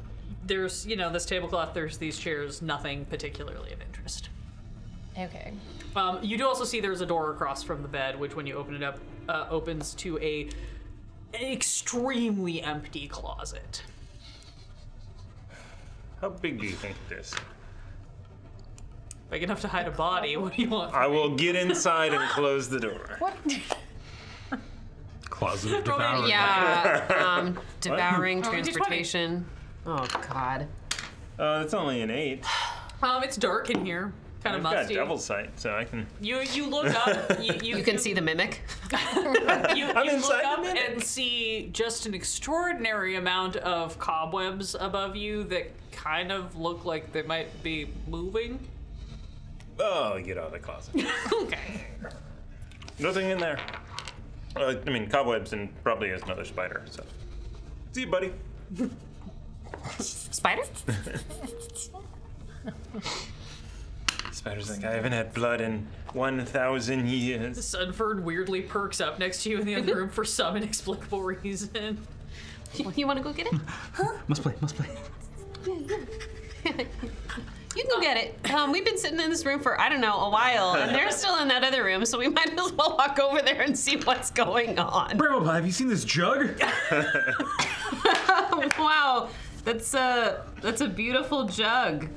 Speaker 2: there's you know this tablecloth, there's these chairs, nothing particularly of interest.
Speaker 6: Okay.
Speaker 2: Um, you do also see there's a door across from the bed, which when you open it up, uh, opens to a an extremely empty closet.
Speaker 3: How big do you think this?
Speaker 2: Big enough to hide a body. What do you want?
Speaker 3: I will get inside and close the door.
Speaker 6: What?
Speaker 4: Closet of devouring.
Speaker 5: Yeah, um, devouring
Speaker 2: we did 20.
Speaker 5: transportation. Oh God.
Speaker 3: Uh, it's only an eight.
Speaker 2: Um, it's dark in here, kind of
Speaker 3: I've got
Speaker 2: musty.
Speaker 3: double sight, so I can.
Speaker 2: You you look up. You, you,
Speaker 5: You can see the mimic.
Speaker 2: You,
Speaker 3: I'm
Speaker 2: you
Speaker 3: inside
Speaker 2: look
Speaker 3: the
Speaker 2: up
Speaker 3: mimic.
Speaker 2: and see just an extraordinary amount of cobwebs above you that kind of look like they might be moving.
Speaker 3: Oh, get out of the closet.
Speaker 2: Okay.
Speaker 3: Nothing in there. Uh, I mean, cobwebs and probably is another spider. So, see you, buddy.
Speaker 5: Spider?
Speaker 3: Spider's like, I haven't had blood in 1,000 years.
Speaker 2: Sunford weirdly perks up next to you in the other room for some inexplicable reason.
Speaker 5: You want to go get it?
Speaker 4: Must play. Must play.
Speaker 5: You can go get it. Um, we've been sitting in this room for I don't know a while, and they're still in that other room, so we might as well walk over there and see what's going on.
Speaker 4: Bramble, have you seen this jug?
Speaker 5: wow, that's a that's a beautiful jug.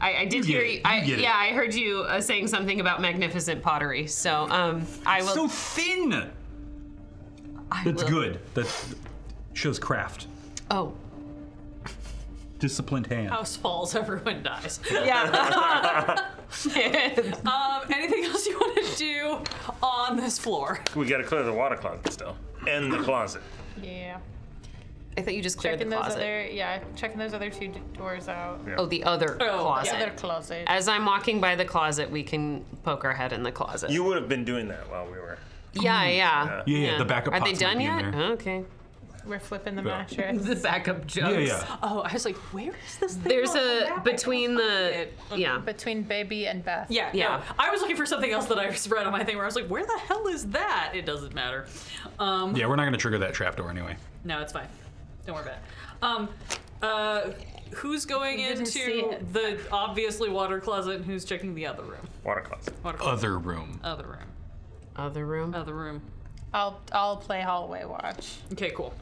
Speaker 5: I, I did
Speaker 4: You get
Speaker 5: hear
Speaker 4: it.
Speaker 5: you.
Speaker 4: You
Speaker 5: I,
Speaker 4: get it.
Speaker 5: yeah, I heard you uh, saying something about magnificent pottery. So um, I
Speaker 4: so
Speaker 5: will.
Speaker 4: thin.
Speaker 5: I
Speaker 4: That's
Speaker 5: will-
Speaker 4: good. That shows craft.
Speaker 5: Oh,
Speaker 4: Disciplined hand.
Speaker 2: House falls, everyone dies.
Speaker 5: yeah.
Speaker 2: Um, anything else you want to do on this floor?
Speaker 3: We gotta clear the water closet still. And the closet.
Speaker 6: Yeah.
Speaker 5: I thought you just cleared
Speaker 6: Checking
Speaker 5: the
Speaker 6: those
Speaker 5: closet.
Speaker 6: other. Yeah, checking those other two d- doors out.
Speaker 5: Oh, the other
Speaker 2: yeah.
Speaker 5: closet.
Speaker 6: The other closet.
Speaker 5: As I'm walking by the closet, we can poke our head in the closet.
Speaker 3: You would have been doing that while we were.
Speaker 5: yeah, yeah,
Speaker 4: yeah, yeah, the backup.
Speaker 5: Are they
Speaker 4: pots might
Speaker 5: done
Speaker 4: be in
Speaker 5: yet?
Speaker 4: there.
Speaker 5: Okay.
Speaker 6: We're flipping the
Speaker 4: Yeah.
Speaker 6: mattress.
Speaker 5: The backup jokes.
Speaker 4: Yeah, yeah.
Speaker 2: Oh, I was like, where is this thing?
Speaker 5: There's
Speaker 2: on the map?
Speaker 5: a
Speaker 2: I
Speaker 5: between the yeah.
Speaker 6: Between baby and Beth.
Speaker 2: Yeah,
Speaker 5: Yeah.
Speaker 2: yeah. I was looking for something else that I read on my thing where I was like, where the hell is that? It doesn't matter. Um,
Speaker 4: Yeah, we're not gonna trigger that trapdoor anyway.
Speaker 2: No, it's fine. Don't worry about it. Um, uh, who's going
Speaker 6: didn't see
Speaker 2: into
Speaker 6: it.
Speaker 2: the obviously water closet and who's checking the other room?
Speaker 3: Water closet.
Speaker 2: Water closet.
Speaker 4: Other room.
Speaker 2: Other room.
Speaker 5: Other room.
Speaker 2: Other room.
Speaker 6: I'll I'll play hallway watch.
Speaker 2: Okay, cool.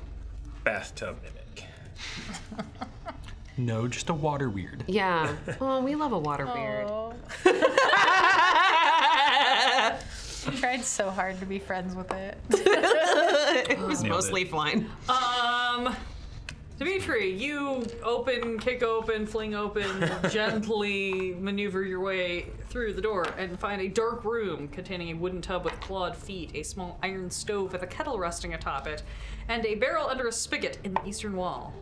Speaker 3: Bathtub mimic.
Speaker 4: No, just a water weird.
Speaker 5: Yeah. Oh, we love a water beard.
Speaker 6: Oh. Tried so hard to be friends with it.
Speaker 5: It
Speaker 4: Nailed
Speaker 5: was
Speaker 4: it.
Speaker 5: mostly flying.
Speaker 2: Um, Dimitri, you open, kick open, fling open, gently maneuver your way through the door and find a dark room containing a wooden tub with clawed feet, a small iron stove with a kettle resting atop it, and a barrel under a spigot in the eastern wall.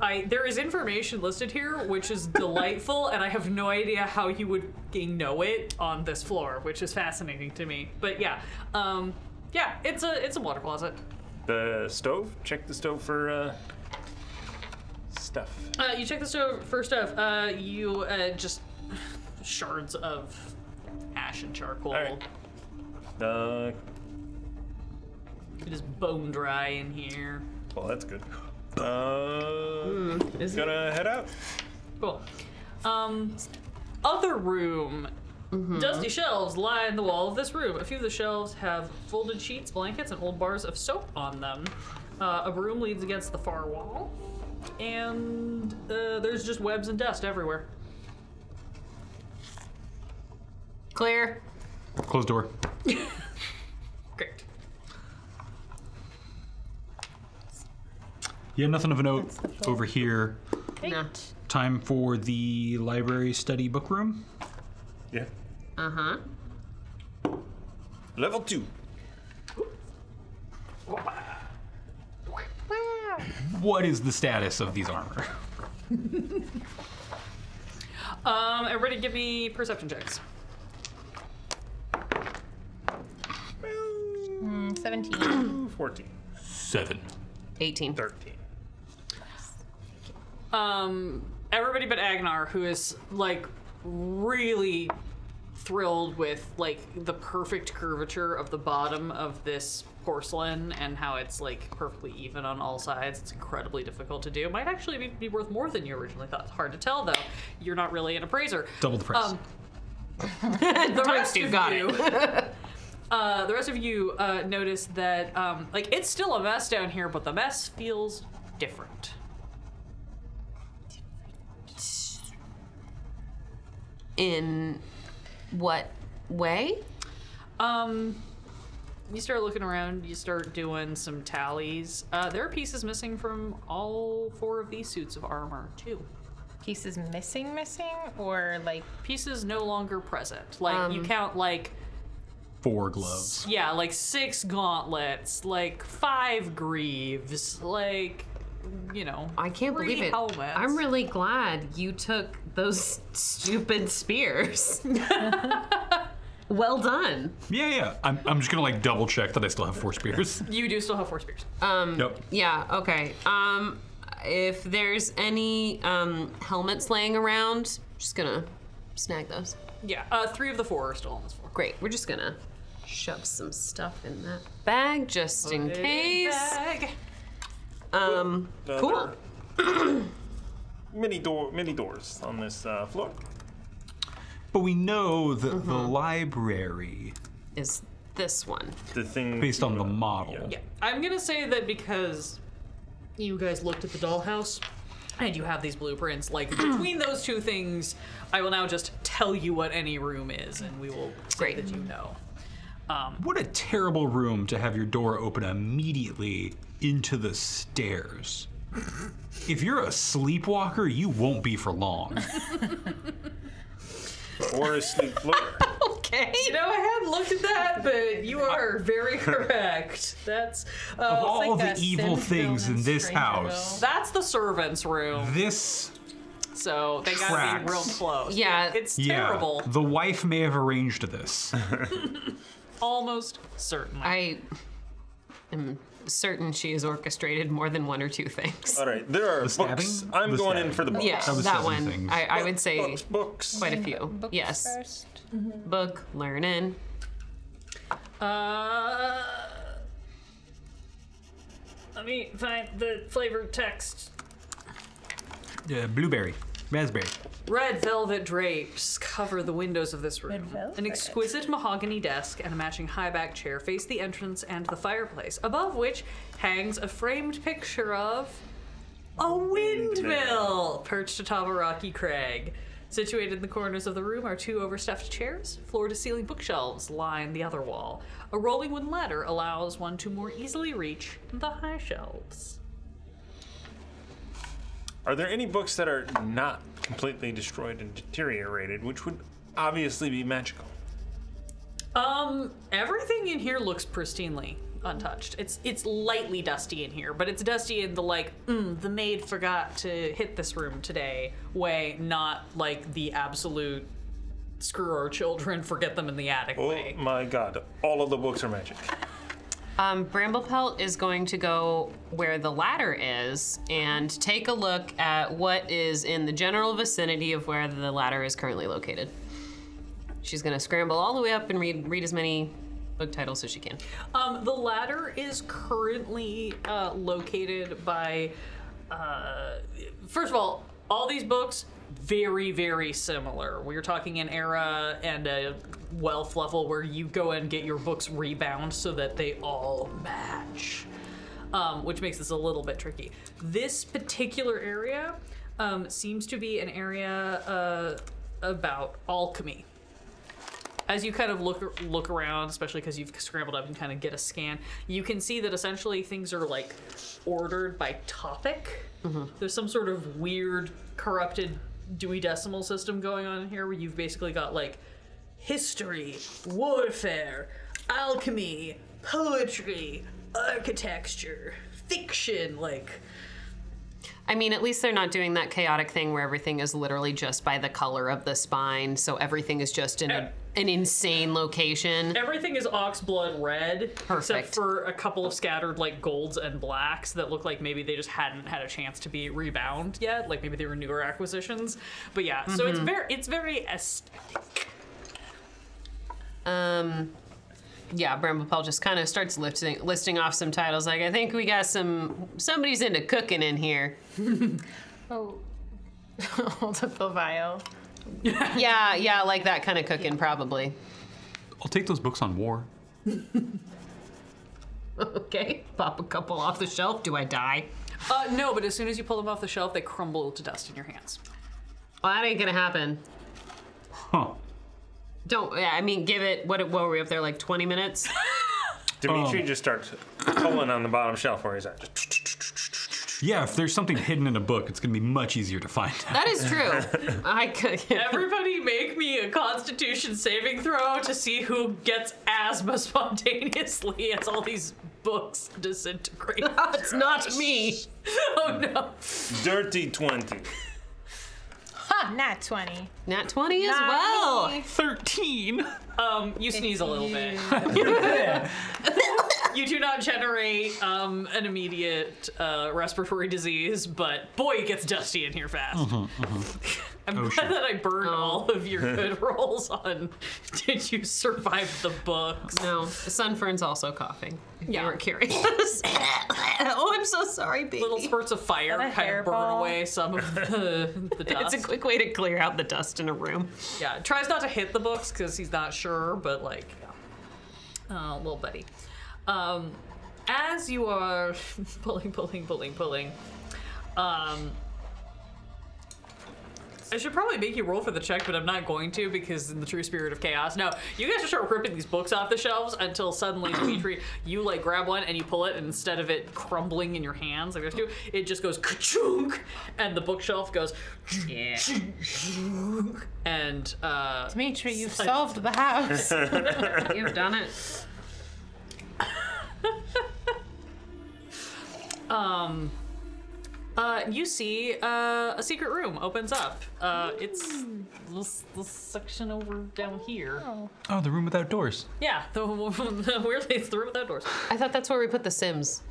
Speaker 2: I there is information listed here which is delightful, and I have no idea how you would fucking know it on this floor, which is fascinating to me. But yeah, um, yeah, it's a it's a water closet.
Speaker 3: The stove? Check the stove for uh, stuff.
Speaker 5: Oh.
Speaker 2: Uh, you check the stove first off. Uh, you uh, just shards of ash and charcoal.
Speaker 3: All right. Uh,
Speaker 2: It is bone dry in here.
Speaker 3: well, that's good. Uh,
Speaker 5: Hmm,
Speaker 3: gonna head out.
Speaker 2: Cool. Um, other room. Dusty shelves line the wall of this room. A few of the shelves have folded sheets, blankets, and old bars of soap on them. Uh, a room leads against the far wall, and uh, there's just webs and dust everywhere.
Speaker 5: Clear.
Speaker 4: Close door.
Speaker 2: Great.
Speaker 4: Yeah, nothing of a note over here.
Speaker 5: No.
Speaker 4: Time for the library study book room.
Speaker 3: Yeah.
Speaker 5: Uh huh. Uh-huh.
Speaker 3: Level two.
Speaker 4: What is the status of these armor?
Speaker 2: Um, everybody, give me perception checks.
Speaker 6: 17.
Speaker 3: 14.
Speaker 4: Seven.
Speaker 5: 18.
Speaker 3: 13.
Speaker 2: um, everybody but Agnar, who is like really thrilled with like the perfect curvature of the bottom of this porcelain and how it's like perfectly even on all sides. It's incredibly difficult to do. Might actually be, be worth more than you originally thought. Hard to tell though. You're not really an appraiser.
Speaker 4: Double the price.
Speaker 2: Um, the rest
Speaker 5: two,
Speaker 2: of
Speaker 5: got
Speaker 2: you, uh, the rest of you uh, notice that um, like it's still a mess down here, but the mess feels different.
Speaker 5: In what way?
Speaker 2: Um, you start looking around. You start doing some tallies. Uh, there are pieces missing from all four of these suits of armor too.
Speaker 6: Pieces missing, missing, or like
Speaker 2: Pieces no longer present. Like you
Speaker 5: Um.
Speaker 2: count like
Speaker 4: Four gloves.
Speaker 2: yeah, like six gauntlets, like five greaves, like you know.
Speaker 5: I can't
Speaker 2: three
Speaker 5: believe it.
Speaker 2: Helmets.
Speaker 5: I'm really glad you took those stupid spears. well done.
Speaker 4: Yeah, yeah. I'm, I'm just gonna like double check that I still have four spears.
Speaker 2: You do still have four spears.
Speaker 5: Um,
Speaker 4: Yep.
Speaker 5: Yeah, okay. Um, if there's any um, helmets laying around, just gonna snag those.
Speaker 2: Yeah, uh, three of the four are still on this floor.
Speaker 5: Great, we're just gonna shove some stuff in that bag just in case.
Speaker 2: Bag.
Speaker 5: Um,
Speaker 3: Uh,
Speaker 5: cool.
Speaker 3: Many door, many doors on this uh, floor.
Speaker 4: But we know that the
Speaker 2: Mm-hmm.
Speaker 4: library,
Speaker 5: Is this one?
Speaker 3: The thing.
Speaker 4: based on the model,
Speaker 2: Yeah, I'm gonna say that because you guys looked at the dollhouse and you have these blueprints, like between those two things, I will now just tell you what any room is, and we will say
Speaker 5: Great.
Speaker 2: that you know.
Speaker 4: what a terrible room to have your door open immediately into the stairs. If you're a sleepwalker, you won't be for long.
Speaker 3: Or a sleep floor.
Speaker 5: Okay.
Speaker 2: You know, I hadn't looked at that, but you are very correct. That's uh,
Speaker 4: of all the evil
Speaker 6: Sims film
Speaker 4: things
Speaker 6: and
Speaker 4: in this
Speaker 6: Stranger
Speaker 4: house,
Speaker 2: that's the servants' room,
Speaker 4: this
Speaker 2: so they gotta be
Speaker 4: Tracks.
Speaker 2: real close.
Speaker 5: Yeah.
Speaker 2: it's
Speaker 4: yeah,
Speaker 2: terrible,
Speaker 4: the wife may have arranged this.
Speaker 2: almost certainly.
Speaker 5: I am certain she has orchestrated more than one or two things.
Speaker 3: All right, there are books.
Speaker 4: stabbing?
Speaker 3: I'm
Speaker 4: The
Speaker 3: going in
Speaker 4: stabbing.
Speaker 3: for the books.
Speaker 5: yeah,
Speaker 4: was
Speaker 5: that
Speaker 4: seven
Speaker 5: one.
Speaker 4: things.
Speaker 5: I, I would say
Speaker 3: Books, books.
Speaker 5: quite a few.
Speaker 6: books
Speaker 5: yes.
Speaker 6: first?
Speaker 5: Book learning.
Speaker 2: Uh, let me find the flavored text.
Speaker 4: Uh, blueberry, raspberry.
Speaker 2: Red velvet drapes cover the windows of this room. An
Speaker 6: velvet.
Speaker 2: exquisite mahogany desk and a matching high back chair face the entrance and the fireplace, above which hangs a framed picture of a windmill perched atop a rocky crag. Situated in the corners of the room are two overstuffed chairs. Floor to ceiling bookshelves line the other wall. A rolling wooden ladder allows one to more easily reach the high shelves.
Speaker 3: Are there any books that are not completely destroyed and deteriorated, which would obviously be magical?
Speaker 2: Um, everything in here looks pristinely untouched. It's it's lightly dusty in here, but it's dusty in the like mm, the maid forgot to hit this room today way, not like the absolute screw our children, forget them in the attic
Speaker 3: Oh
Speaker 2: way.
Speaker 3: my god, all of the books are magic.
Speaker 5: Um, Bramblepelt is going to go where the ladder is and take a look at what is in the general vicinity of where the ladder is currently located. She's going to scramble all the way up and read read as many book titles as she can.
Speaker 2: Um, the ladder is currently uh, located by. Uh, first of all, all these books very very similar. We're talking an era and a wealth level where you go and get your books rebound so that they all match, um, which makes this a little bit tricky. This particular area um, seems to be an area uh, about alchemy as you kind of look look around, especially because you've scrambled up and kind of get a scan, you can see that essentially things are like ordered by topic. There's some sort of weird corrupted Dewey Decimal system going on in here, where you've basically got like history, warfare, alchemy, poetry, architecture, fiction, like.
Speaker 5: I mean, at least they're not doing that chaotic thing where everything is literally just by the color of the spine, so everything is just in a, an insane location.
Speaker 2: Everything is ox blood red, except
Speaker 5: Perfect.
Speaker 2: for a couple of scattered like golds and blacks that look like maybe they just hadn't had a chance to be rebound yet. Like maybe they were newer acquisitions. But yeah, so it's very it's very aesthetic.
Speaker 5: Um, yeah, Bramblepelt just kind of starts listing listing off some titles. Like, I think we got some somebody's into cooking in here.
Speaker 6: Oh. Hold up the vial.
Speaker 5: Yeah, yeah, like that kind of cooking, probably.
Speaker 4: I'll take those books on war.
Speaker 5: Okay, pop a couple off the shelf. Do I die?
Speaker 2: Uh, no, but as soon as you pull them off the shelf, they crumble to dust in your hands.
Speaker 5: Well, that ain't gonna happen.
Speaker 4: Huh.
Speaker 5: Don't. yeah, I mean, give it. What, what were we up there? Like twenty minutes?
Speaker 3: Dimitri
Speaker 5: Oh.
Speaker 3: just starts pulling on the bottom shelf where he's at. Just
Speaker 4: Yeah, if there's something hidden in a book, it's gonna be much easier to find.
Speaker 5: that is true. I could.
Speaker 2: Everybody make me a constitution saving throw to see who gets asthma spontaneously as all these books disintegrate.
Speaker 5: Oh, it's not me.
Speaker 2: oh no.
Speaker 3: dirty 20.
Speaker 6: Ha! Not 20.
Speaker 5: Not twenty as well.
Speaker 4: Thirteen.
Speaker 2: Um, you sneeze a little bit. you do not generate um, an immediate uh, respiratory disease, but boy, it gets dusty in here fast. I'm glad
Speaker 4: Mm-hmm, Oh, sure.
Speaker 2: that I burned
Speaker 6: Oh.
Speaker 2: all of your good rolls on. Did you survive the books?
Speaker 5: No, Sunfern's also coughing. If
Speaker 2: Yeah.
Speaker 5: you weren't curious. oh, I'm so sorry, baby.
Speaker 2: Little spurts of fire
Speaker 6: that a
Speaker 2: kind of burn
Speaker 6: hairball?
Speaker 2: away some of the, the dust.
Speaker 5: It's a quick way to clear out the dust in a room.
Speaker 2: yeah, tries not to hit the books because he's not sure, but like, yeah. uh, little buddy. Um, as you are pulling, pulling, pulling, pulling, um, I should probably make you roll for the check, but I'm not going to because in the true spirit of chaos, no, you guys just start ripping these books off the shelves until suddenly Dimitri, you like grab one and you pull it, and instead of it crumbling in your hands like there's two, it just goes ka-chunk, and the bookshelf goes
Speaker 5: Yeah.
Speaker 2: and uh,
Speaker 6: Dimitri, you've solved the house.
Speaker 5: You've done it.
Speaker 2: Um, uh, you see uh, a secret room opens up. Uh, it's this, this section over down here.
Speaker 4: Oh, the room without doors.
Speaker 2: Yeah, the, the weirdly it's the room without doors.
Speaker 5: I thought that's where we put the Sims.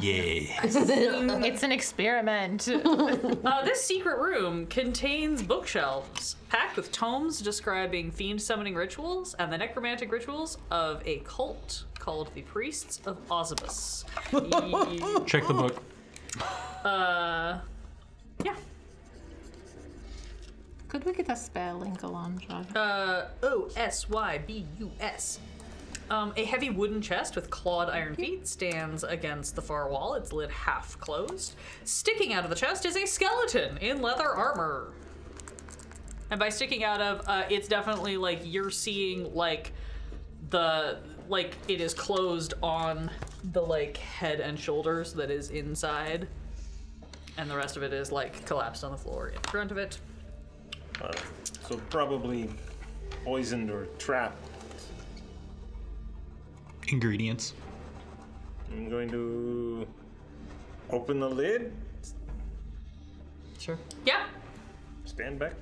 Speaker 4: Yeah.
Speaker 6: it's an experiment.
Speaker 2: Uh, this secret room contains bookshelves packed with tomes describing fiend summoning rituals and the necromantic rituals of a cult called the Priests of Ozibus. Y-
Speaker 4: Check the book.
Speaker 2: uh, yeah.
Speaker 6: Could we get a spell link along, John?
Speaker 2: uh, O S Y B U S. Um, a heavy wooden chest with clawed iron feet stands against the far wall, its lid half closed. Sticking out of the chest is a skeleton in leather armor. And by sticking out of, uh, it's definitely like you're seeing like the like it is closed on the like head and shoulders that is inside. and the rest of it is like collapsed on the floor in front of it.
Speaker 3: Uh, so probably poisoned or trapped.
Speaker 4: Ingredients.
Speaker 3: I'm going to open the lid,
Speaker 5: Sure.
Speaker 2: Yeah.
Speaker 3: stand back,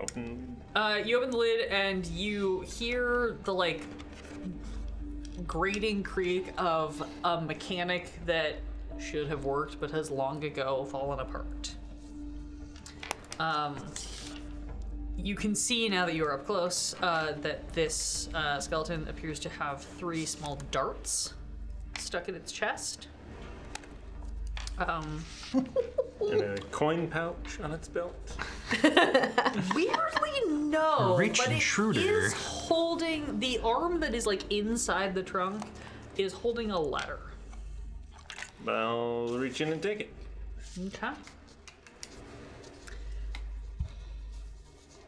Speaker 3: open.
Speaker 2: Uh, you open the lid and you hear the like grating creak of a mechanic that should have worked but has long ago fallen apart. Um, you can see now that you are up close uh, that this uh, skeleton appears to have three small darts stuck in its chest. Um,
Speaker 3: And a coin pouch on its belt.
Speaker 2: Weirdly, no.
Speaker 4: Rich
Speaker 2: but it
Speaker 4: intruder.
Speaker 2: is holding the arm that is like inside the trunk is holding a letter.
Speaker 3: I'll reach in and take it.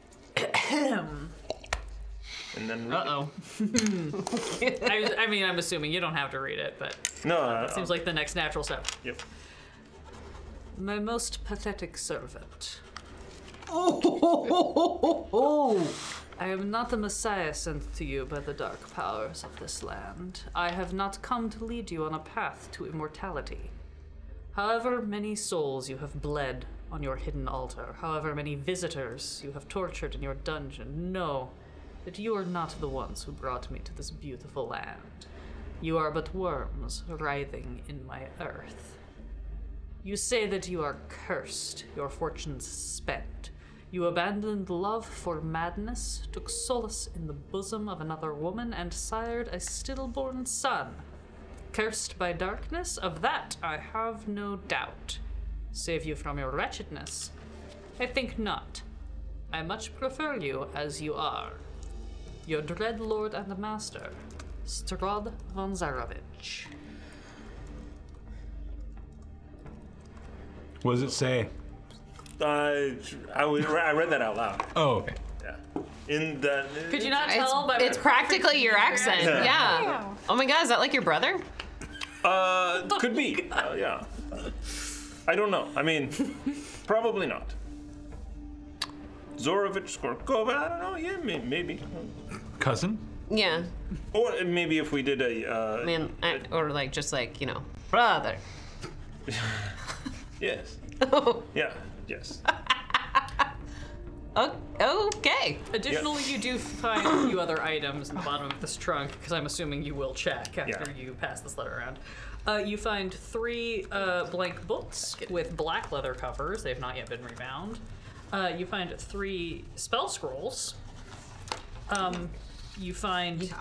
Speaker 2: Okay.
Speaker 3: And then read it.
Speaker 2: I, was- I mean, I'm assuming you don't have to read it, but
Speaker 3: No, uh,
Speaker 2: seems like the next natural step.
Speaker 3: Yep.
Speaker 2: My most pathetic servant. I am not the messiah sent to you by the dark powers of this land. I have not come to lead you on a path to immortality. However many souls you have bled on your hidden altar, however many visitors you have tortured in your dungeon, know that you are not the ones who brought me to this beautiful land. You are but worms writhing in my earth. You say that you are cursed, your fortunes spent. You abandoned love for madness, took solace in the bosom of another woman, and sired a stillborn son. Cursed by darkness, of that I have no doubt. Save you from your wretchedness? I think not. I much prefer you as you are. Your dread lord and master, Strad von Zarovich.
Speaker 4: What does it say?
Speaker 3: Uh, I, was, I read that out loud.
Speaker 4: Oh, okay.
Speaker 3: Yeah. In the.
Speaker 2: Could you not
Speaker 5: It's,
Speaker 2: tell by
Speaker 5: it's practically your accent. Yeah. Oh my god, is that like your brother?
Speaker 3: Uh, could be. Uh, yeah. I don't know. I mean, probably not. Zorovich Skorkova, I don't know. Yeah, may- maybe.
Speaker 4: Cousin?
Speaker 5: Yeah.
Speaker 3: Or maybe if we did a. Uh,
Speaker 5: I mean, I, or like just like, you know, brother.
Speaker 3: Yes.
Speaker 5: oh,
Speaker 3: Yeah. Yes.
Speaker 5: okay.
Speaker 2: Additionally, you do find a few other items in the bottom of this trunk, because I'm assuming you will check after
Speaker 3: Yeah.
Speaker 2: you pass this letter around. Uh, you find three uh, blank books with black leather covers. They have not yet been rebound. Uh, you find three spell scrolls. Um, you find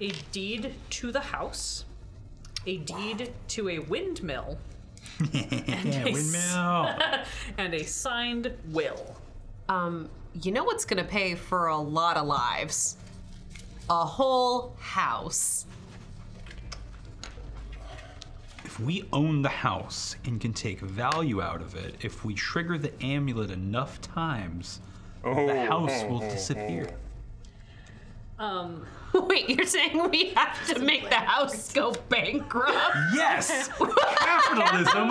Speaker 2: a deed to the house, a deed to a windmill,
Speaker 4: Yeah, windmill.
Speaker 2: and a signed will.
Speaker 5: Um, you know what's gonna pay for a lot of lives? A whole house.
Speaker 4: if we own the house and can take value out of it, if we trigger the amulet enough times, the house will disappear.
Speaker 2: Um,
Speaker 5: Wait, you're saying we have to make the house go bankrupt?
Speaker 4: Yes! Capitalism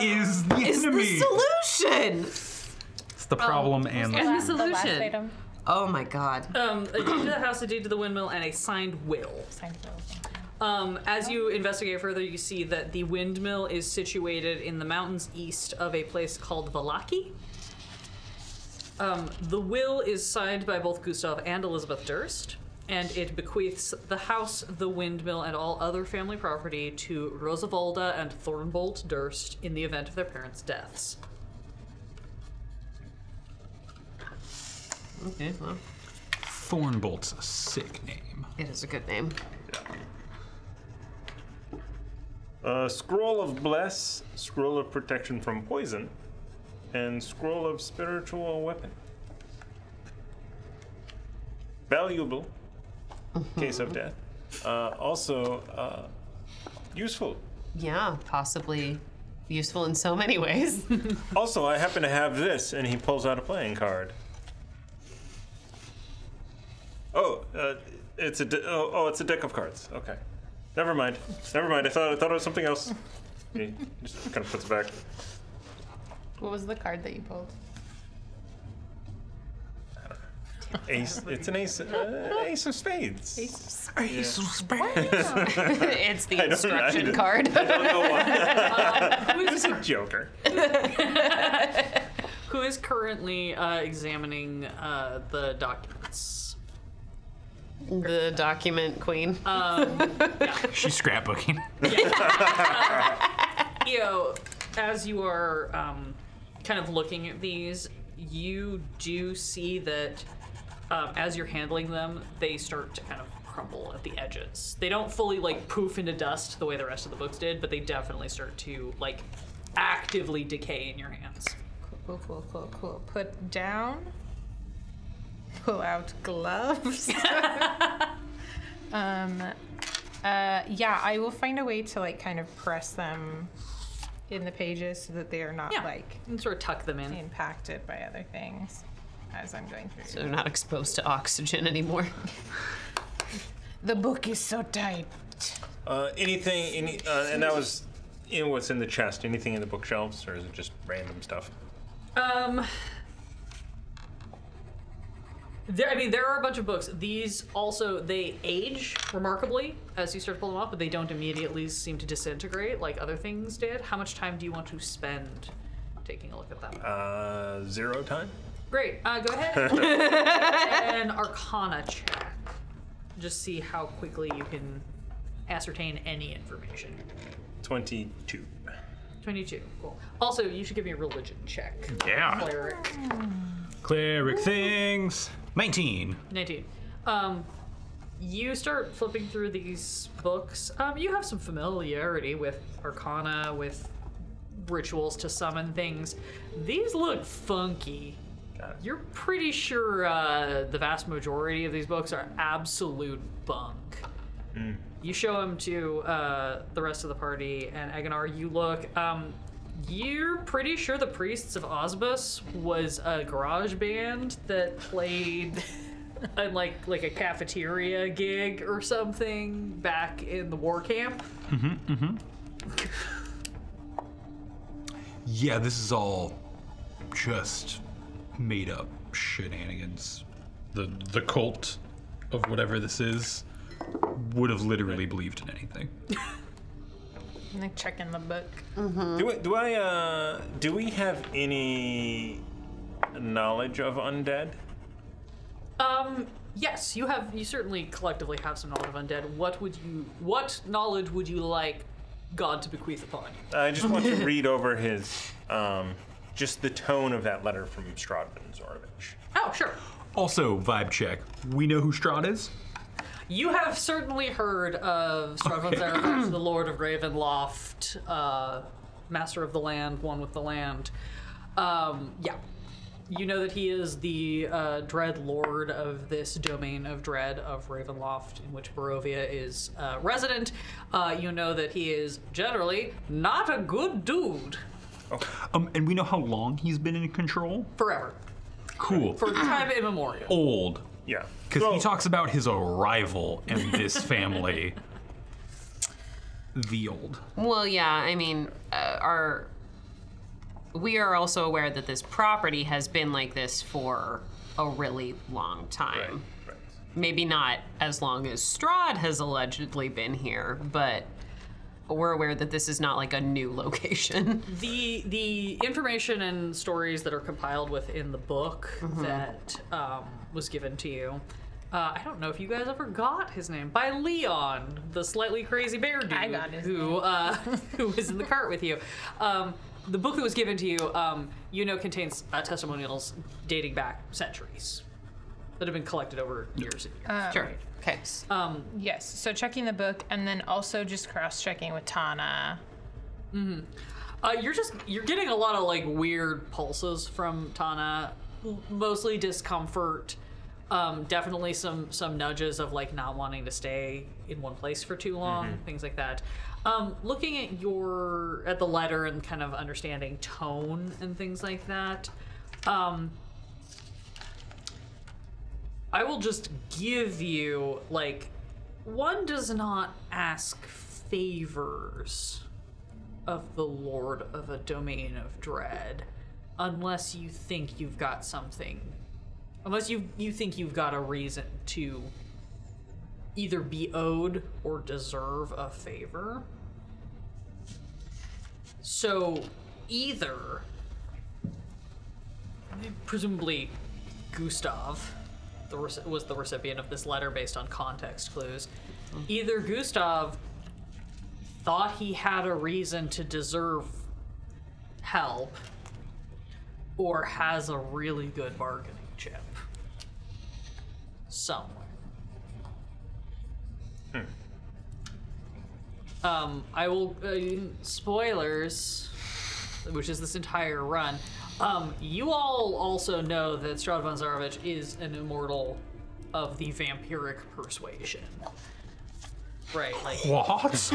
Speaker 4: is the
Speaker 5: Is the
Speaker 4: enemy.
Speaker 5: solution?
Speaker 4: it's the problem and the
Speaker 2: and the solution.
Speaker 6: item.
Speaker 5: Oh my god.
Speaker 2: Um, a deed to the house, a deed to the windmill, and a signed will.
Speaker 6: Signed will.
Speaker 2: Um, as you investigate further, you see that the windmill is situated in the mountains east of a place called Valaki. Um, the will is signed by both Gustav and Elizabeth Durst, and it bequeaths the house, the windmill, and all other family property to Rosavalda and Thornbolt Durst in the event of their parents' deaths.
Speaker 5: Okay, well,
Speaker 4: Thornbolt's a sick name.
Speaker 5: it is a good name.
Speaker 3: Uh, scroll of bless, scroll of protection from poison, and scroll of spiritual weapon. Valuable, case of death. Uh, also uh, useful.
Speaker 5: Yeah, possibly useful in so many ways.
Speaker 3: Also, I happen to have this, and he pulls out a playing card. Oh, uh, it's a de- oh, oh, it's a deck of cards. Okay, never mind. Never mind. I thought I thought it was something else. He just kind of puts it back.
Speaker 6: What was the card that you pulled?
Speaker 3: Ace. It's an ace. Uh, ace of spades.
Speaker 5: it's the
Speaker 3: I don't- I
Speaker 5: instruction
Speaker 3: don't-
Speaker 5: card.
Speaker 3: I don't know why.
Speaker 2: Who's,
Speaker 3: Joker.
Speaker 2: who is currently uh, examining uh, the documents?
Speaker 5: the document queen.
Speaker 4: She's scrapbooking.
Speaker 2: Io, as you are um, kind of looking at these, you do see that um, as you're handling them, they start to kind of crumble at the edges. They don't fully like poof into dust the way the rest of the books did, but they definitely start to like actively decay in your hands.
Speaker 6: Cool, cool, cool, cool. Put down. Pull out gloves. um, uh, yeah, I will find a way to like kind of press them in the pages so that they are not
Speaker 2: Yeah.
Speaker 6: like
Speaker 2: And sort of tuck them in.
Speaker 6: impacted by other things as I'm going through.
Speaker 5: They're not exposed to oxygen anymore.
Speaker 6: the book is so tight.
Speaker 3: Uh, anything? Any? Uh, and that was in what's in the chest. Anything in the bookshelves, or is it just random stuff?
Speaker 2: Um, there. I mean, there are a bunch of books. These also they age remarkably as you start to pull them off, but they don't immediately seem to disintegrate like other things did. How much time do you want to spend taking a look at them?
Speaker 3: Uh, zero time.
Speaker 2: Great. Uh, go ahead and Arcana check. Just see how quickly you can ascertain any information.
Speaker 3: Twenty-two.
Speaker 2: Twenty-two. Cool. Also, you should give me a religion check.
Speaker 4: yeah.
Speaker 2: Cleric.
Speaker 4: Cleric things. 19.
Speaker 2: 19. Um, you start flipping through these books. Um, you have some familiarity with arcana, with rituals to summon things. These look funky.
Speaker 3: Got it.
Speaker 2: You're pretty sure uh, the vast majority of these books are absolute bunk. You show them to uh, the rest of the party, and Aganar, you look. Um, you're pretty sure the Priests of Osbus was a garage band that played in like like a cafeteria gig or something back in the war camp.
Speaker 4: Yeah, this is all just made up shenanigans. The the cult of whatever this is would have literally believed in anything.
Speaker 6: I'm like checking the book.
Speaker 3: Do I, do I uh do we have any knowledge of undead?
Speaker 2: Um, yes, you have. You certainly collectively have some knowledge of undead. What would you? What knowledge would you like God to bequeath upon you?
Speaker 3: I just want to read over his um just the tone of that letter from Strodman Zorovich.
Speaker 2: Oh, sure.
Speaker 4: Also, vibe check. We know who Strahd is.
Speaker 2: You have certainly heard of Stradvan Zaravos, the Lord of Ravenloft, uh, Master of the Land, One with the Land. Um, yeah. You know that he is the uh, Dread Lord of this domain of Dread of Ravenloft, in which Barovia is uh, resident. Uh, you know that he is generally not a good dude
Speaker 4: Um, and we know how long he's been in control.
Speaker 2: forever,
Speaker 4: Cool.
Speaker 2: for time immemorial.
Speaker 4: Old.
Speaker 3: Yeah.
Speaker 4: Because
Speaker 3: So-
Speaker 4: he talks about his arrival and this family. the old.
Speaker 5: Well, yeah, I mean, uh, our we are also aware that this property has been like this for a really long time.
Speaker 3: Right, right.
Speaker 5: Maybe not as long as Strahd has allegedly been here, but we're aware that this is not like a new location.
Speaker 2: the the information and stories that are compiled within the book
Speaker 6: Mm-hmm.
Speaker 2: that um, was given to you. Uh, I don't know if you guys ever got his name by Leon, the slightly crazy bear dude
Speaker 6: I got his
Speaker 2: who uh, who was in the cart with you. Um, the book that was given to you, um, you know, contains uh, testimonials dating back centuries that have been collected over years and years.
Speaker 5: sure. Okay.
Speaker 2: um,
Speaker 6: Yes, so checking the book and then also just cross checking with Tana.
Speaker 2: Uh, you're just you're getting a lot of like weird pulses from Tana, m- mostly discomfort. Um, definitely some some nudges of like not wanting to stay in one place for too long, things like that. Um, looking at your at the letter and kind of understanding tone and things like that. Um, I will just give you like one does not ask favors of the Lord of a Domain of Dread. unless you think you've got something. Unless you you think you've got a reason to either be owed or deserve a favor. So either presumably Gustav the rece- was the recipient of this letter based on context clues. Either Gustav thought he had a reason to deserve help or has a really good bargaining chip somewhere. Um, I will uh, spoilers, which is this entire run. Um, you all also know that Strahd von Zarovich is an immortal of the vampiric persuasion, right? Like
Speaker 4: What?
Speaker 6: This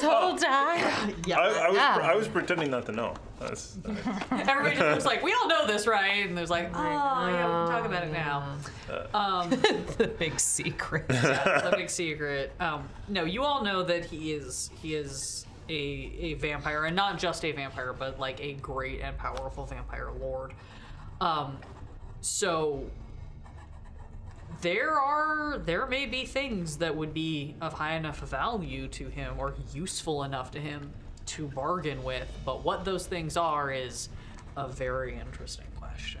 Speaker 6: whole time.
Speaker 3: I, I, was,
Speaker 6: Yeah.
Speaker 3: I was pretending not to know. That's,
Speaker 2: Everybody just looks like, we all know this, right? And there's like, oh, yeah, we can talk about it now.
Speaker 5: the big secret.
Speaker 2: That's a big secret. Um, no, you all know that he is he is a, a vampire, and not just a vampire, but like a great and powerful vampire lord. Um, so there are there may be things that would be of high enough value to him or useful enough to him to bargain with, but what those things are is a very interesting question.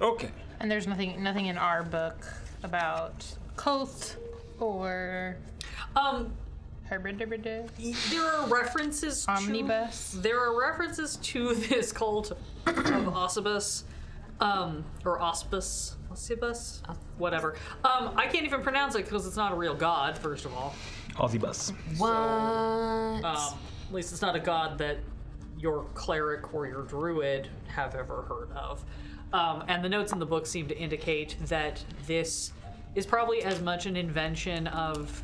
Speaker 3: okay.
Speaker 6: And there's nothing nothing in our book about cult or
Speaker 2: Um,
Speaker 6: herbid
Speaker 2: there are references to-
Speaker 6: omnibus.
Speaker 2: there are references to this cult of Ossibus, um, or Ospus, Ossibus, whatever. Um, I can't even pronounce it because it's not a real god, first of all.
Speaker 4: Aussie bus.
Speaker 5: what?
Speaker 2: Um, at least it's not a god that your cleric or your druid have ever heard of. Um, and the notes in the book seem to indicate that this is probably as much an invention of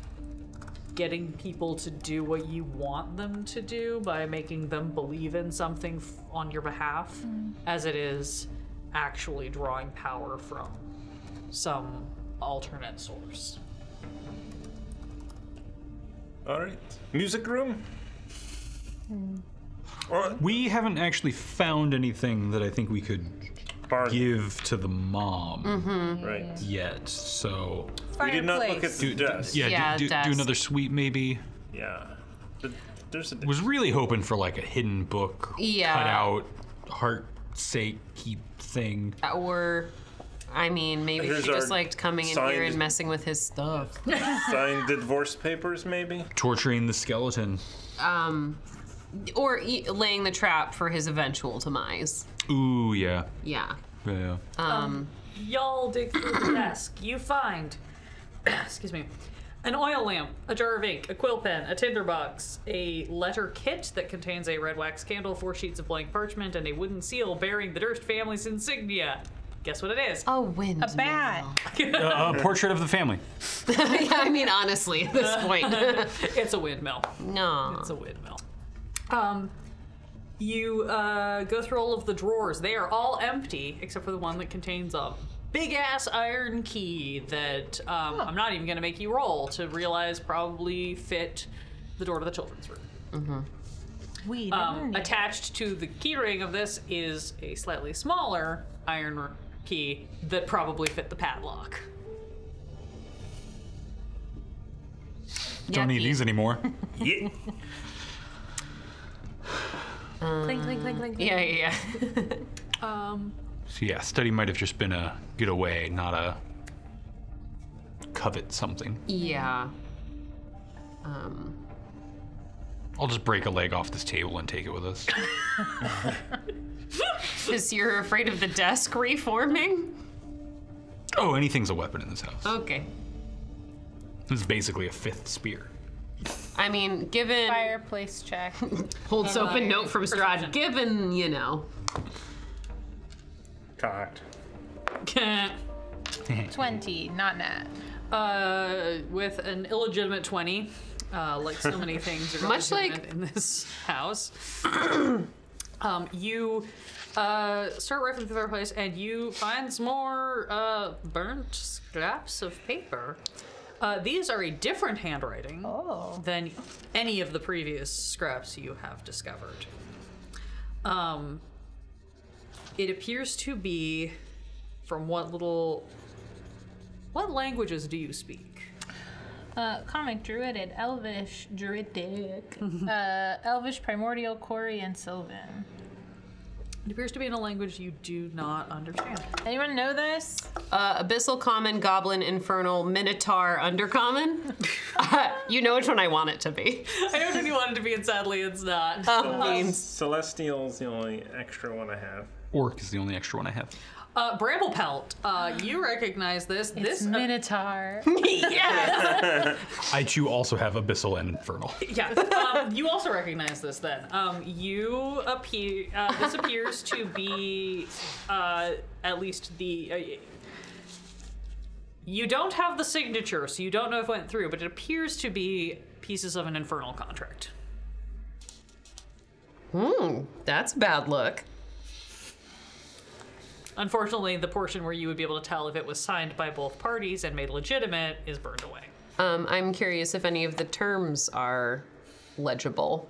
Speaker 2: getting people to do what you want them to do by making them believe in something f- on your behalf as it is actually drawing power from some alternate source.
Speaker 3: All right. Music room? Or
Speaker 4: Hmm. We haven't actually found anything that I think we could
Speaker 3: bar.
Speaker 4: give to the mom
Speaker 5: Mm-hmm.
Speaker 3: Right.
Speaker 4: yet. So,
Speaker 3: We did not look at the
Speaker 4: do, do-
Speaker 3: desk.
Speaker 4: yeah, do-
Speaker 5: Yeah,
Speaker 4: do, do
Speaker 5: desk.
Speaker 4: another sweep maybe.
Speaker 3: Yeah. But there's a
Speaker 4: Was really hoping for like a hidden book,
Speaker 5: Yeah.
Speaker 4: cut out, heart sake keep thing.
Speaker 5: or, I mean, maybe
Speaker 3: Here's
Speaker 5: she just
Speaker 3: our
Speaker 5: liked coming in here
Speaker 3: signed-
Speaker 5: and messing with his stuff.
Speaker 3: signed divorce papers, maybe?
Speaker 4: Torturing the skeleton.
Speaker 5: Um, or e- laying the trap for his eventual demise.
Speaker 4: Ooh, yeah.
Speaker 5: Yeah.
Speaker 4: Yeah.
Speaker 5: Um,
Speaker 2: Y'all dig through the desk. You find, excuse me, an oil lamp, a jar of ink, a quill pen, a tinder box, a letter kit that contains a red wax candle, four sheets of blank parchment, and a wooden seal bearing the Durst family's insignia. Guess what it is?
Speaker 5: a windmill.
Speaker 6: A bat.
Speaker 4: a Uh, portrait of the family.
Speaker 5: yeah, I mean, honestly, at this point,
Speaker 2: It's a windmill.
Speaker 5: no.
Speaker 2: It's a windmill. Um, you uh, go through all of the drawers. They are all empty except for the one that contains a big ass iron key that um, I'm not even going to make you roll to realize probably fit the door to the children's room.
Speaker 6: We
Speaker 2: Um, attached to the keyring of this is a slightly smaller iron r- key that probably fit the padlock.
Speaker 4: Don't need
Speaker 5: Yucky.
Speaker 4: these anymore.
Speaker 3: Yeah.
Speaker 6: clink clink clink clink.
Speaker 5: Yeah, yeah, yeah.
Speaker 2: Um,
Speaker 4: So yeah, study might have just been a get away, not a covet something.
Speaker 5: yeah. Um,
Speaker 4: I'll just break a leg off this table and take it with us.
Speaker 5: because you're afraid of the desk reforming?
Speaker 4: oh, anything's a weapon in this house.
Speaker 5: Okay.
Speaker 4: This is basically a fifth spear.
Speaker 5: I mean, given
Speaker 6: Fireplace check.
Speaker 5: holds open note from Strahd, given you know,
Speaker 3: Cocked.
Speaker 6: Twenty, not nat.
Speaker 2: Uh, with an illegitimate 20, uh, like so many things are
Speaker 5: Much like-
Speaker 2: illegitimate in this house. um, you uh, start rifling through the fireplace and you find some more uh, burnt scraps of paper. Uh, these are a different handwriting
Speaker 6: Oh.
Speaker 2: than any of the previous scraps you have discovered. Um, it appears to be from what little. What languages do you speak?
Speaker 6: Uh, comic druided, elvish, druidic, uh, elvish, primordial, Cory, and Sylvan.
Speaker 2: It appears to be in a language you do not understand.
Speaker 6: Anyone know this?
Speaker 5: Uh, Abyssal Common, Goblin, Infernal, Minotaur, Undercommon. uh, you know which one I want it to be.
Speaker 2: I know what you wanted to be, and sadly, it's not.
Speaker 5: Um,
Speaker 3: Celestial's the only extra one I have.
Speaker 4: Orc is the only extra one I have.
Speaker 2: Uh, Bramble Pelt. Uh, you recognize this?
Speaker 6: It's
Speaker 2: this
Speaker 6: Minotaur.
Speaker 4: I do also have Abyssal and Infernal.
Speaker 2: Yeah, um, you also recognize this then. Um, you appear. Uh, this appears to be uh, at least the. Uh, you don't have the signature, so you don't know if it went through, but it appears to be pieces of an infernal contract.
Speaker 5: Hmm, that's bad look.
Speaker 2: Unfortunately, the portion where you would be able to tell if it was signed by both parties and made legitimate is burned away.
Speaker 5: Um, I'm curious if any of the terms are legible.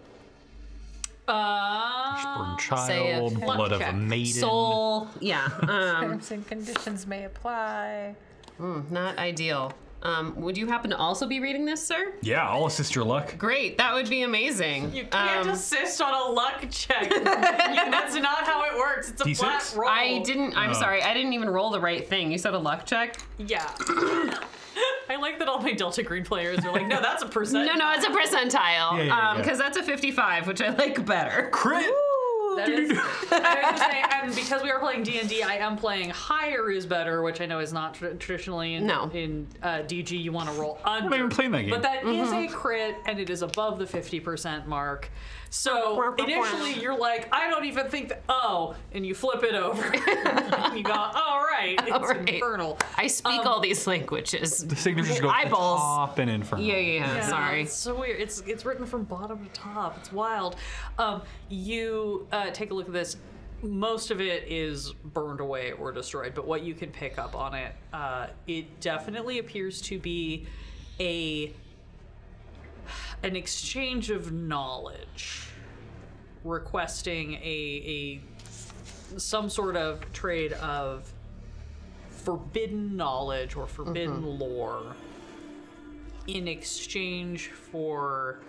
Speaker 2: Uh,
Speaker 4: Born
Speaker 5: say
Speaker 4: child,
Speaker 5: it.
Speaker 4: blood of a
Speaker 2: Okay.
Speaker 4: maiden.
Speaker 5: Soul, yeah, um,
Speaker 6: Terms and conditions may apply.
Speaker 5: not ideal. Um, would you happen to also be reading this, sir?
Speaker 4: Yeah, I'll assist your luck.
Speaker 5: Great, that would be amazing.
Speaker 2: you can't
Speaker 5: Um,
Speaker 2: assist on a luck check. You- that's not how it works. It's a
Speaker 4: D6?
Speaker 2: flat roll.
Speaker 5: I didn't. I'm sorry. I didn't even roll the right thing. You said a luck check.
Speaker 2: Yeah. I like that all my Delta Green players are like, no, that's a percent.
Speaker 5: No, no, it's a percentile.
Speaker 4: Yeah, yeah, yeah.
Speaker 5: um, because that's a 55, which I like better.
Speaker 4: Crit!
Speaker 2: That is, I was gonna say, and because we are playing D and I am playing higher is better, which I know is not tra- traditionally in,
Speaker 5: No.
Speaker 2: in uh, DG. You want to roll under.
Speaker 4: even playing that game. Mm-hmm.
Speaker 2: But that is a crit, and it is above the fifty percent mark. So initially, you're like, I don't even think that. Oh, and you flip it over. you go, all right, it's
Speaker 5: All right.
Speaker 2: infernal.
Speaker 5: I speak all these languages.
Speaker 4: The signatures go up the
Speaker 5: Eyeballs.
Speaker 4: top and Infernal.
Speaker 5: Yeah, yeah, yeah. Sorry.
Speaker 2: It's so weird. It's it's written from bottom to top. It's wild. Um, you uh, take a look at this. Most of it is burned away or destroyed, but what you can pick up on it, uh, it definitely appears to be a an exchange of knowledge, requesting a a some sort of trade of forbidden knowledge or forbidden lore in exchange for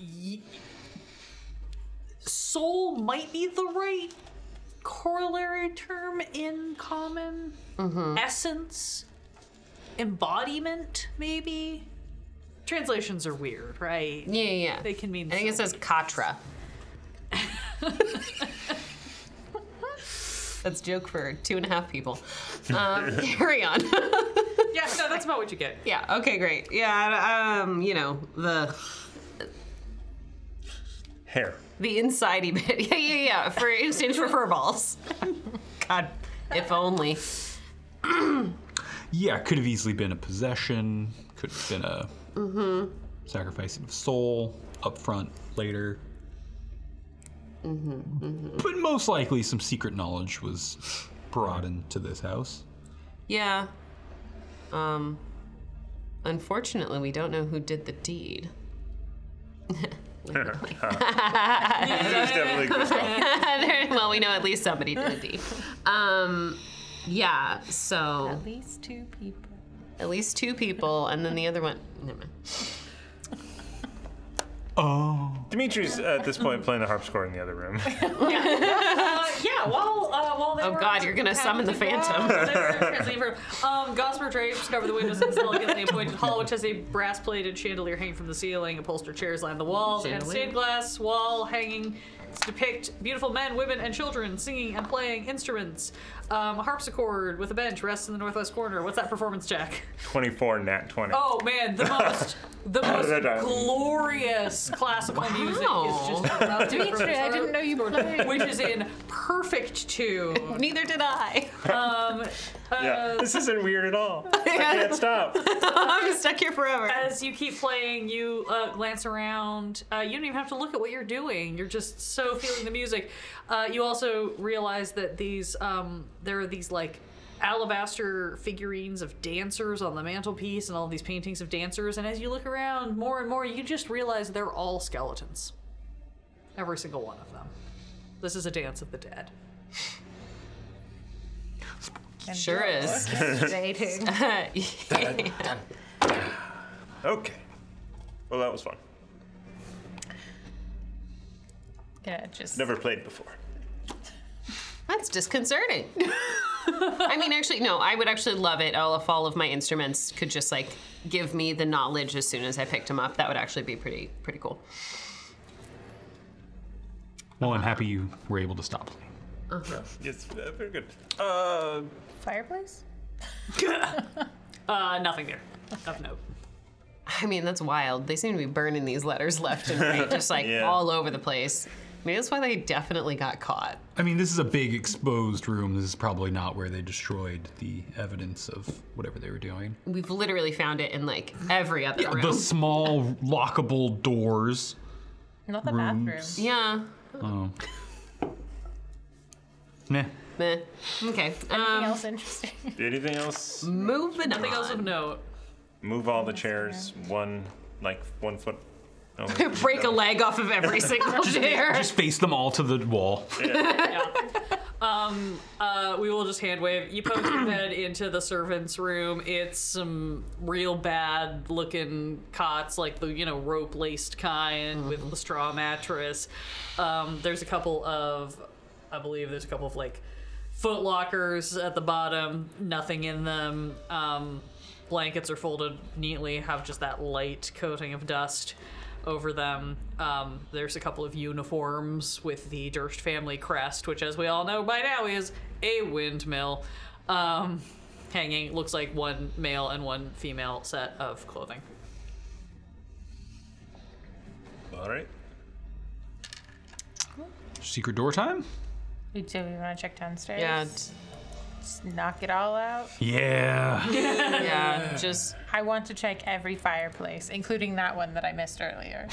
Speaker 2: y- soul might be the right corollary term in common
Speaker 5: Mm-hmm.
Speaker 2: essence embodiment maybe translations are weird right
Speaker 5: Yeah, yeah.
Speaker 2: they can mean
Speaker 5: I think it
Speaker 2: so-
Speaker 5: says Katra. That's a joke for two and a half people. Um, carry on.
Speaker 2: yeah no that's about what you get
Speaker 5: yeah. Okay. Great. Yeah. Um. You know the
Speaker 3: Hair.
Speaker 5: the insidey bit. Yeah. Yeah. Yeah. For instance, for fur balls. God. If only.
Speaker 4: Yeah, could have easily been a possession, could have been a
Speaker 5: Mm-hmm.
Speaker 4: sacrificing of soul up front later.
Speaker 5: Mm-hmm,
Speaker 4: But most likely, some secret knowledge was brought into this house.
Speaker 5: Yeah. Um. Unfortunately, we don't know who did the deed.
Speaker 3: There's definitely Gustav.
Speaker 5: There- well, we know at least somebody did a deed. Um. Yeah. So
Speaker 6: At least two people.
Speaker 5: at least two people, and then the other one. Never mind.
Speaker 4: Oh,
Speaker 3: Dimitri's uh, at this point playing the harpsichord in the other room.
Speaker 2: yeah, while uh, while they
Speaker 5: Oh,
Speaker 2: were
Speaker 5: God, you're gonna summon the phantom.
Speaker 2: um, Gosper drapes cover the windows and elegantly appointed hall, which has a brass-plated chandelier hanging from the ceiling, upholstered chairs line the walls, and a
Speaker 5: Chandelier.
Speaker 2: stained glass wall hanging depict beautiful men, women, and children singing and playing instruments. Um, a harpsichord with a bench rests in the northwest corner. What's that performance check?
Speaker 3: 24 nat 20.
Speaker 2: Oh man, the most the
Speaker 3: They're done.
Speaker 2: most glorious classical music is just about to
Speaker 6: Dimitri, I didn't know you played.
Speaker 2: which is in perfect tune.
Speaker 5: Neither did I.
Speaker 2: Um,
Speaker 3: Yeah.
Speaker 2: uh,
Speaker 3: This isn't weird at all. I can't stop.
Speaker 5: I'm stuck here forever.
Speaker 2: as you keep playing, you uh, glance around. Uh, you don't even have to look at what you're doing. You're just so feeling the music. Uh, you also realize that these um, there are these like alabaster figurines of dancers on the mantelpiece and all these paintings of dancers. And as you look around more and more, you just realize they're all skeletons. Every single one of them. This is a dance of the dead.
Speaker 6: And
Speaker 5: Sure
Speaker 6: you're
Speaker 5: is.
Speaker 6: orchestrating.
Speaker 3: Okay. Well, that was fun.
Speaker 6: yeah, just
Speaker 3: Never played before.
Speaker 5: That's disconcerting. I mean, actually, no, I would actually love it. All if all of my instruments could just like give me the knowledge as soon as I picked them up. That would actually be pretty pretty cool.
Speaker 4: Well, I'm happy you were able to stop playing.
Speaker 3: Yes, uh, very good. Uh,
Speaker 6: fireplace.
Speaker 2: Uh, nothing there. Of note.
Speaker 5: I mean, that's wild. They seem to be burning these letters left and right, just like
Speaker 3: Yeah.
Speaker 5: all over the place. I mean, that's why they definitely got caught.
Speaker 4: I mean, this is a big exposed room. This is probably not where they destroyed the evidence of whatever they were doing.
Speaker 5: We've literally found it in like every other room.
Speaker 4: The small lockable doors.
Speaker 6: Not the bathroom.
Speaker 4: Rooms.
Speaker 5: yeah.
Speaker 4: Oh. Meh.
Speaker 5: Meh. Okay.
Speaker 6: Anything
Speaker 5: Um,
Speaker 6: else interesting?
Speaker 3: anything else?
Speaker 5: moving
Speaker 2: Nothing else of
Speaker 5: on.
Speaker 2: note.
Speaker 3: Move all the chairs one, like one foot. Oh,
Speaker 5: Break a leg off of every single chair.
Speaker 4: Just face them all to the wall.
Speaker 2: Uh, we will just hand wave. You poke your head into the servants' room. It's some real bad looking cots, like the you know rope laced kind with the straw mattress. Um, there's a couple of, I believe there's a couple of like foot lockers at the bottom. Nothing in them. Um, blankets are folded neatly, have just that light coating of dust over them. Um, there's a couple of uniforms with the Durst family crest, which, as we all know by now, is a windmill. Um, hanging looks like one male and one female set of clothing.
Speaker 3: All right.
Speaker 4: Secret door time?
Speaker 6: We do. We want to check downstairs.
Speaker 5: Yeah.
Speaker 6: Just knock it all out.
Speaker 4: Yeah.
Speaker 5: Yeah. Just
Speaker 6: I want to check every fireplace, including that one that I missed earlier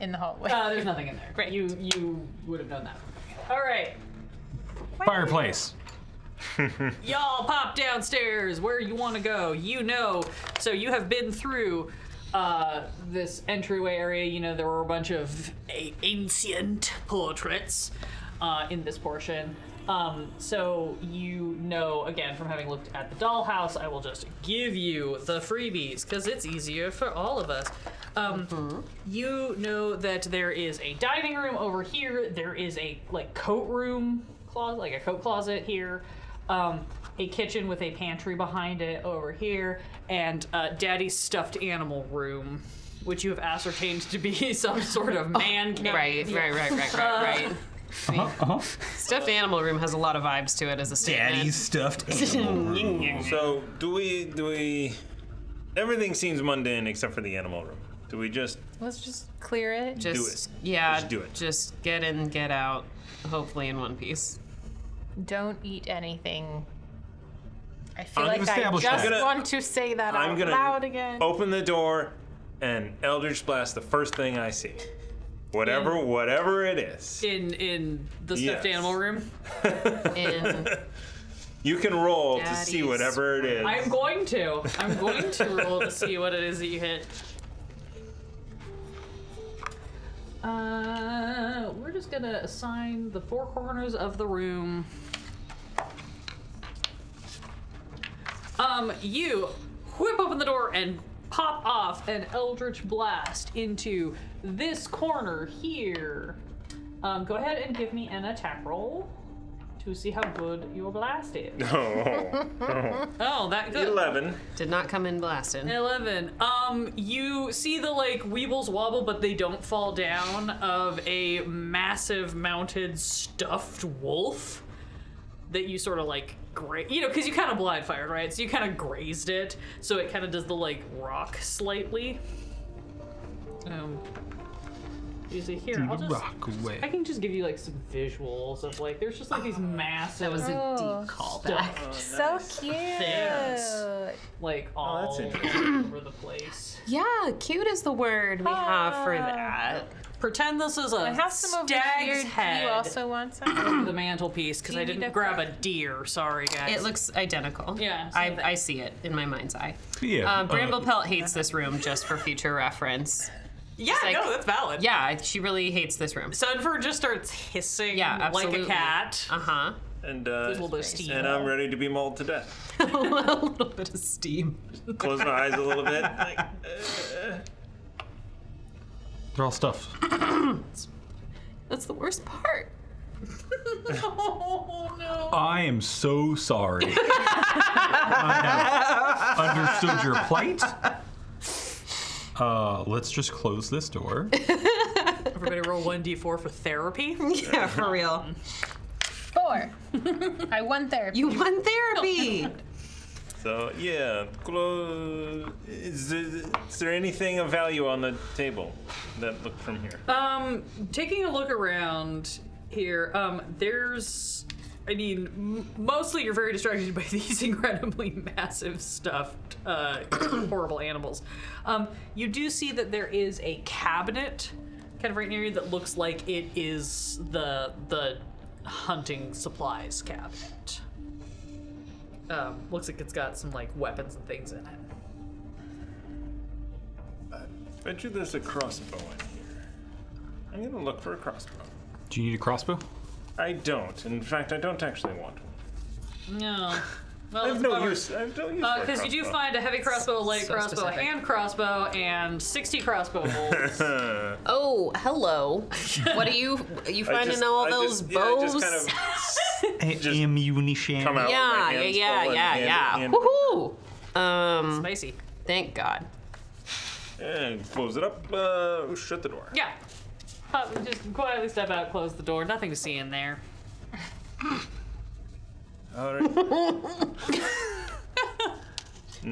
Speaker 6: in the hallway.
Speaker 2: Uh, there's nothing in there.
Speaker 6: Great.
Speaker 2: You you would have done that. All right,
Speaker 4: Fireplace.
Speaker 2: y'all pop downstairs where you want to go you know so you have been through uh, this entryway area you know there were a bunch of a- ancient portraits uh, in this portion um, so you know again from having looked at the dollhouse i will just give you the freebies because it's easier for all of us um, you know that there is a dining room over here there is a like coat room closet like a coat closet here um, a kitchen with a pantry behind it over here, and uh, Daddy's stuffed animal room, which you have ascertained to be some sort of man cave.
Speaker 5: Right, right, right, right, right, right.
Speaker 4: Uh-huh.
Speaker 5: Stuffed animal room has a lot of vibes to it as a statement.
Speaker 4: stuffed
Speaker 3: So do we? Do we? Everything seems mundane except for the animal room. Do we just?
Speaker 6: Let's just clear it.
Speaker 5: just
Speaker 3: do it.
Speaker 5: yeah,
Speaker 3: Just do it.
Speaker 5: Just get in, get out. Hopefully in one piece.
Speaker 6: Don't eat anything. I feel
Speaker 4: I'm
Speaker 6: like
Speaker 4: gonna
Speaker 6: I
Speaker 4: establish
Speaker 6: just
Speaker 4: that.
Speaker 3: Gonna-
Speaker 6: want to say that
Speaker 3: I'm
Speaker 6: out
Speaker 3: gonna
Speaker 6: loud again.
Speaker 3: open the door, and Eldritch Blast the first thing I see. Whatever, whatever it is.
Speaker 2: In in the stuffed
Speaker 3: Yes.
Speaker 2: animal room.
Speaker 5: And
Speaker 3: You can roll to see
Speaker 5: Daddy's
Speaker 3: whatever it is.
Speaker 2: I'm going to. I'm going to roll to see what it is that you hit. Uh, we're just gonna assign the four corners of the room. Um, you whip open the door and pop off an eldritch blast into this corner here. Um, go ahead and give me an attack roll to see how good your blast is.
Speaker 3: Oh,
Speaker 2: Oh, that good.
Speaker 3: Eleven.
Speaker 5: did not come in blasted.
Speaker 2: 11. Um, you see the like weebles wobble, but they don't fall down of a massive mounted stuffed wolf that you sort of like gra you know, because you kind of blind fired, right? So you kind of grazed it, so it kind of does the like rock slightly. Um, you see here, I'll just.
Speaker 4: Rock away.
Speaker 2: I can just give you like some visuals of like there's just like these massive
Speaker 5: That was a
Speaker 6: Oh.
Speaker 5: deep callback.
Speaker 6: so cute.
Speaker 2: Thanks. like all
Speaker 3: that's
Speaker 2: over the place.
Speaker 5: Yeah, cute is the word we have for
Speaker 6: Ah.
Speaker 5: that.
Speaker 2: Pretend this is a
Speaker 6: I have some over here.
Speaker 2: stag's
Speaker 6: Do
Speaker 2: head.
Speaker 6: You also want some?
Speaker 2: the mantelpiece because
Speaker 6: Do
Speaker 2: I
Speaker 6: you need
Speaker 2: didn't
Speaker 6: a-
Speaker 2: grab a deer. Sorry, guys.
Speaker 5: It looks identical.
Speaker 2: Yeah, same
Speaker 5: I,
Speaker 2: thing.
Speaker 5: I see it in my mind's eye.
Speaker 4: Yeah,
Speaker 5: Uh,
Speaker 3: Oh.
Speaker 4: uh,
Speaker 5: Bramble Pelt hates this room just for future reference.
Speaker 2: yeah,
Speaker 5: like-
Speaker 2: no, that's valid.
Speaker 5: Yeah, I- she really hates this room.
Speaker 2: Sunford just starts hissing
Speaker 5: Yeah,
Speaker 2: like a
Speaker 5: absolutely.
Speaker 2: cat.
Speaker 5: Uh huh.
Speaker 3: And uh,
Speaker 2: little bit of steam.
Speaker 3: and I'm ready to be mauled to death.
Speaker 5: a little bit of steam.
Speaker 3: Close my eyes a little bit. Like,
Speaker 4: they're all stuff.
Speaker 5: That's the worst part.
Speaker 4: I am so sorry. I have understood your plight. Uh, let's just close this door.
Speaker 2: Everybody roll one d4 for therapy.
Speaker 5: Yeah, for real.
Speaker 6: Four. I won therapy.
Speaker 5: You won therapy.
Speaker 3: so yeah, close. Is there, is there anything of value on the table that looked from here?
Speaker 2: Um, taking a look around here, um, there's, I mean, m- mostly you're very distracted by these incredibly massive stuffed, uh, horrible animals. Um, you do see that there is a cabinet kind of right near you that looks like it is the the hunting supplies cabinet. Um, looks like it's got some like weapons and things in it.
Speaker 3: bet you there's a crossbow in here. I'm gonna look for a crossbow.
Speaker 4: Do you need a crossbow?
Speaker 3: I don't. In fact, I don't actually want one.
Speaker 2: No. Well,
Speaker 3: I have
Speaker 2: it's
Speaker 3: no
Speaker 5: uh,
Speaker 2: bummer.
Speaker 3: use. I have no use. for a
Speaker 2: Because Uh, you do
Speaker 3: crossbow.
Speaker 2: find a heavy crossbow, a light
Speaker 5: So
Speaker 2: crossbow,
Speaker 5: specific.
Speaker 2: a hand crossbow, and 60 crossbow bolts.
Speaker 5: oh, hello. What are you? You
Speaker 3: I
Speaker 5: finding
Speaker 3: just-
Speaker 5: all
Speaker 3: I
Speaker 5: those
Speaker 3: just- yeah, I
Speaker 5: bows?
Speaker 3: just kind of Just
Speaker 4: Ammunition.
Speaker 3: come out.
Speaker 5: yeah,
Speaker 3: with my
Speaker 5: yeah,
Speaker 3: hands
Speaker 5: yeah,
Speaker 3: full and
Speaker 5: yeah,
Speaker 3: hand-
Speaker 5: yeah.
Speaker 3: hand-
Speaker 5: Woohoo! Um,
Speaker 2: Spicy.
Speaker 5: thank God.
Speaker 3: And close it up. Uh, shut the door.
Speaker 2: Yeah. Uh, just quietly step out, close the door. Nothing to see in there.
Speaker 3: All right.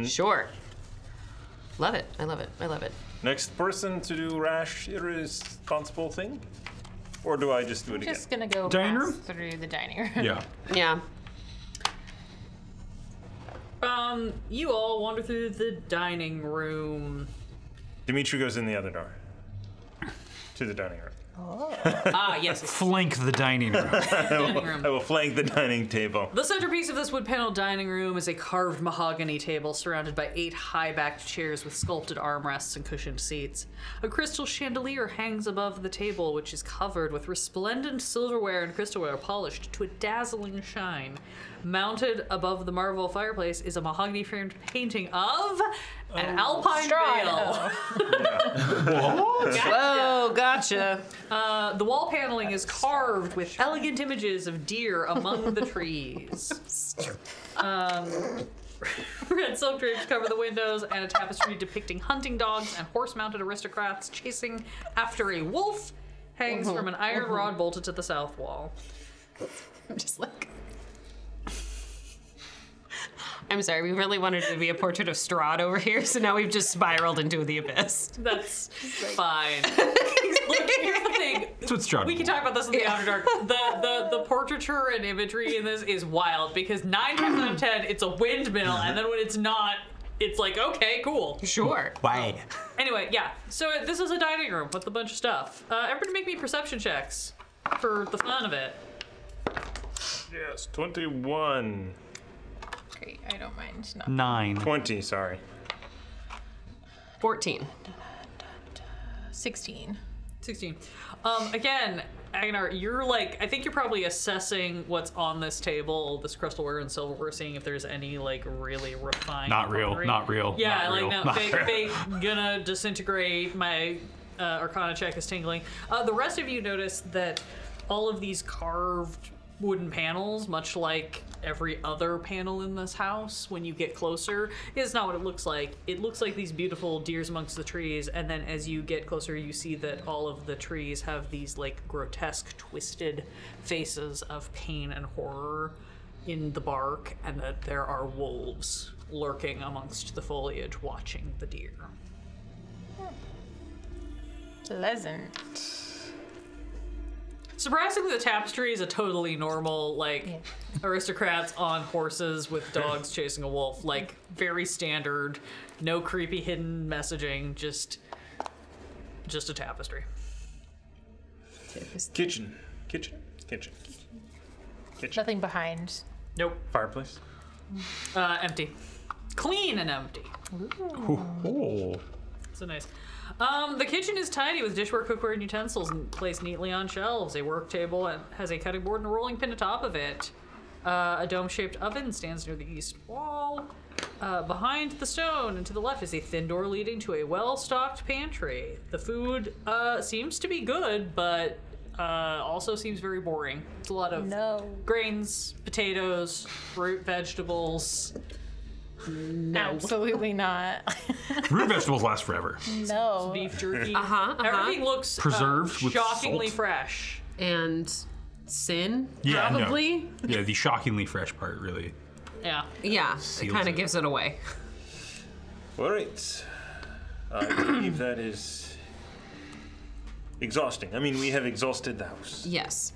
Speaker 5: Sure. Love it. I love it. I love it.
Speaker 3: Next person to do rash, irresponsible thing, or do I just do it
Speaker 6: Just
Speaker 3: again?
Speaker 6: gonna go
Speaker 4: Dining
Speaker 6: pass
Speaker 4: room?
Speaker 6: through the dining room.
Speaker 4: Yeah.
Speaker 5: Yeah.
Speaker 2: Um, you all wander through the dining room.
Speaker 3: Dimitri goes in the other door, to the dining room.
Speaker 2: Ah, yes.
Speaker 4: Flank the dining room.
Speaker 2: dining room.
Speaker 3: I will flank the dining table.
Speaker 2: The centerpiece of this wood paneled dining room is a carved mahogany table surrounded by eight high backed chairs with sculpted armrests and cushioned seats. A crystal chandelier hangs above the table, which is covered with resplendent silverware and crystalware polished to a dazzling shine. Mounted above the marble fireplace is a mahogany framed painting of an alpine veil.
Speaker 5: Whoa, gotcha.
Speaker 2: Uh, the wall paneling is carved with elegant images of deer among the trees. Um, Red silk drapes cover the windows, and a tapestry depicting hunting dogs and horse mounted aristocrats chasing after a wolf hangs from an iron rod bolted to the south wall.
Speaker 5: I'm just like. I'm sorry, we really wanted it to be a portrait of Strahd over here, so now we've just spiraled into the abyss.
Speaker 2: That's fine. Look, here's the thing.
Speaker 4: That's what's Strahd.
Speaker 2: We can talk about this in the Outer Dark. The, the the portraiture and imagery in this is wild because nine times out of ten it's a windmill, and then when it's not, it's like okay, cool.
Speaker 5: Sure.
Speaker 4: Why?
Speaker 2: Anyway, yeah. So uh, this is a dining room with a bunch of stuff. Uh, everybody, make me perception checks for the fun of it.
Speaker 3: Yes, 21.
Speaker 6: Great, I don't mind. Not.
Speaker 4: Nine.
Speaker 3: 20, sorry.
Speaker 5: 14.
Speaker 6: 16.
Speaker 2: 16. Um, again, Agnar, you're like, I think you're probably assessing what's on this table, this crystalware and silverware, seeing if there's any like really refined.
Speaker 4: Not real,
Speaker 2: pottery.
Speaker 4: not real,
Speaker 2: Yeah,
Speaker 4: not
Speaker 2: like
Speaker 4: real,
Speaker 2: no,
Speaker 4: not
Speaker 2: fake,
Speaker 4: real.
Speaker 2: fake, gonna disintegrate. My uh, Arcana check is tingling. Uh, the rest of you notice that all of these carved wooden panels, much like every other panel in this house, when you get closer, is not what it looks like. It looks like these beautiful deers amongst the trees, and then as you get closer, you see that all of the trees have these like grotesque, twisted faces of pain and horror in the bark, and that there are wolves lurking amongst the foliage, watching the deer.
Speaker 6: Pleasant.
Speaker 2: Surprisingly, the tapestry is a totally normal, like, aristocrats on horses with dogs chasing a wolf. Like, very standard, no creepy hidden messaging, just, just a tapestry.
Speaker 5: It was
Speaker 3: Kitchen. Kitchen. Kitchen. Kitchen.
Speaker 6: Nothing behind.
Speaker 2: Nope.
Speaker 3: Fireplace.
Speaker 2: Uh, empty. Clean and empty.
Speaker 4: Oh.
Speaker 2: So nice. Um, the kitchen is tidy with dishware, cookware, and utensils n- placed neatly on shelves. A work table and- has a cutting board and a rolling pin atop of it. Uh, a dome shaped oven stands near the east wall. Uh, behind the stone and to the left is a thin door leading to a well stocked pantry. The food uh, seems to be good, but uh, also seems very boring. It's a lot of
Speaker 6: No.
Speaker 2: grains, potatoes, root vegetables. No.
Speaker 6: Absolutely not.
Speaker 4: Root vegetables last forever.
Speaker 6: no.
Speaker 2: beef jerky.
Speaker 5: Uh-huh, uh-huh.
Speaker 2: Everything looks uh,
Speaker 4: Preserved with
Speaker 2: shockingly
Speaker 4: salt.
Speaker 2: fresh.
Speaker 5: and sin
Speaker 4: Yeah, no.
Speaker 5: probably.
Speaker 4: yeah, the shockingly fresh part really.
Speaker 2: Yeah.
Speaker 5: Yeah, it
Speaker 4: Seals
Speaker 5: kind
Speaker 4: it.
Speaker 5: of gives it away.
Speaker 3: All right. I believe that is exhausting. I mean, we have exhausted the house.
Speaker 5: Yes.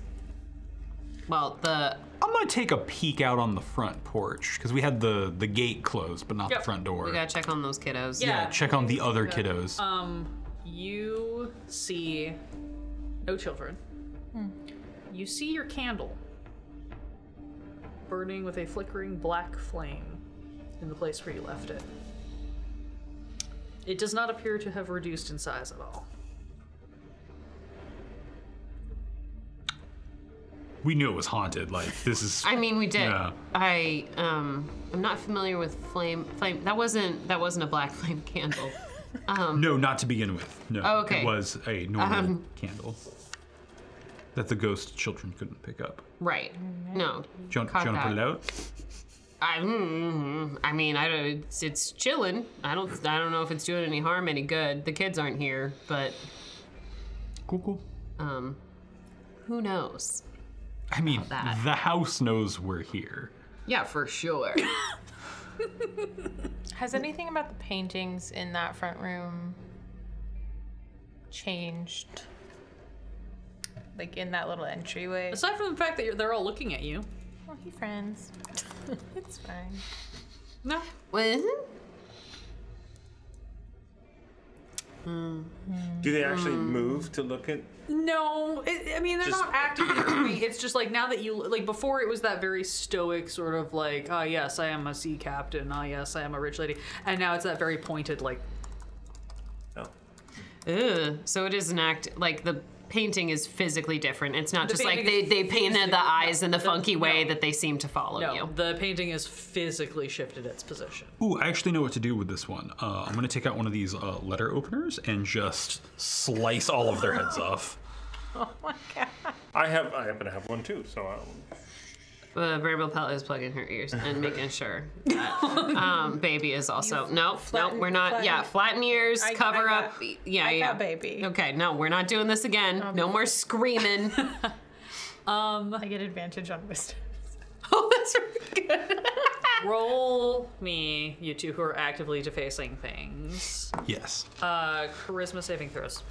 Speaker 5: Well, the
Speaker 4: I'm gonna take a peek out on the front porch because we had the the gate closed, but not
Speaker 2: Yep.
Speaker 4: the front door.
Speaker 5: we gotta check on those kiddos.
Speaker 2: Yeah.
Speaker 4: Yeah, check on the other kiddos.
Speaker 2: Um, You see no children. Hmm. You see your candle burning with a flickering black flame in the place where you left it. It does not appear to have reduced in size at all.
Speaker 4: we knew it was haunted. Like this is.
Speaker 5: I mean, we did.
Speaker 4: Yeah.
Speaker 5: I um, I'm not familiar with flame. Flame. That wasn't that wasn't a black flame candle.
Speaker 4: no, not to begin with. No.
Speaker 5: Oh, okay.
Speaker 4: It was a normal
Speaker 5: Um.
Speaker 4: candle that the ghost children couldn't pick up.
Speaker 5: right. No.
Speaker 4: Do you want, do
Speaker 5: Caught
Speaker 4: you want to put
Speaker 5: that.
Speaker 4: it out?
Speaker 5: I, mm, I mean, I don't. It's, it's chilling. I don't. I don't know if it's doing any harm, any good. The kids aren't here, but
Speaker 4: Cool, cool.
Speaker 5: um, who knows?
Speaker 4: I mean,
Speaker 5: that?
Speaker 4: the house knows we're here.
Speaker 5: Yeah, for sure.
Speaker 6: Has anything about the paintings in that front room changed? Like in that little entryway?
Speaker 2: Aside from the fact that you're, they're all looking at you,
Speaker 6: Well, he friends. it's fine.
Speaker 2: no,
Speaker 5: What?
Speaker 3: Do they actually move to look at?
Speaker 2: No, it, I mean they're
Speaker 3: Just-
Speaker 2: not actively moving. It's just like now that you like before it was that very stoic sort of like ah yes I am a sea captain ah yes I am a rich lady and now it's that very pointed like
Speaker 3: Oh.
Speaker 5: Ugh. uh, So it is an act like the painting is physically different. It's not
Speaker 2: The
Speaker 5: just like they,
Speaker 2: painting
Speaker 5: they painted the eyes in the funky way
Speaker 2: no.
Speaker 5: that they seem to follow
Speaker 2: no
Speaker 5: you.
Speaker 2: the painting is physically shifted its position.
Speaker 4: Ooh, I actually know what to do with this one. Uh, I'm gonna take out one of these uh, letter openers and just slice all of their heads off.
Speaker 3: I have. I happen to have one too. So I'll,
Speaker 5: Uh, Bramble Pelt is plugging her ears and making sure that um, baby is also no no
Speaker 6: flatten-
Speaker 5: we're not yeah
Speaker 6: flatten-
Speaker 5: flatten ears
Speaker 6: I-
Speaker 5: cover
Speaker 6: I
Speaker 5: up
Speaker 6: got-
Speaker 5: yeah
Speaker 6: I
Speaker 5: yeah
Speaker 6: got baby.
Speaker 5: okay no we're not doing this again no more screaming
Speaker 6: I get advantage on wisdom.
Speaker 5: oh that's really good
Speaker 2: Roll me you two who are actively defacing things.
Speaker 4: Yes.
Speaker 2: Uh, charisma saving throws.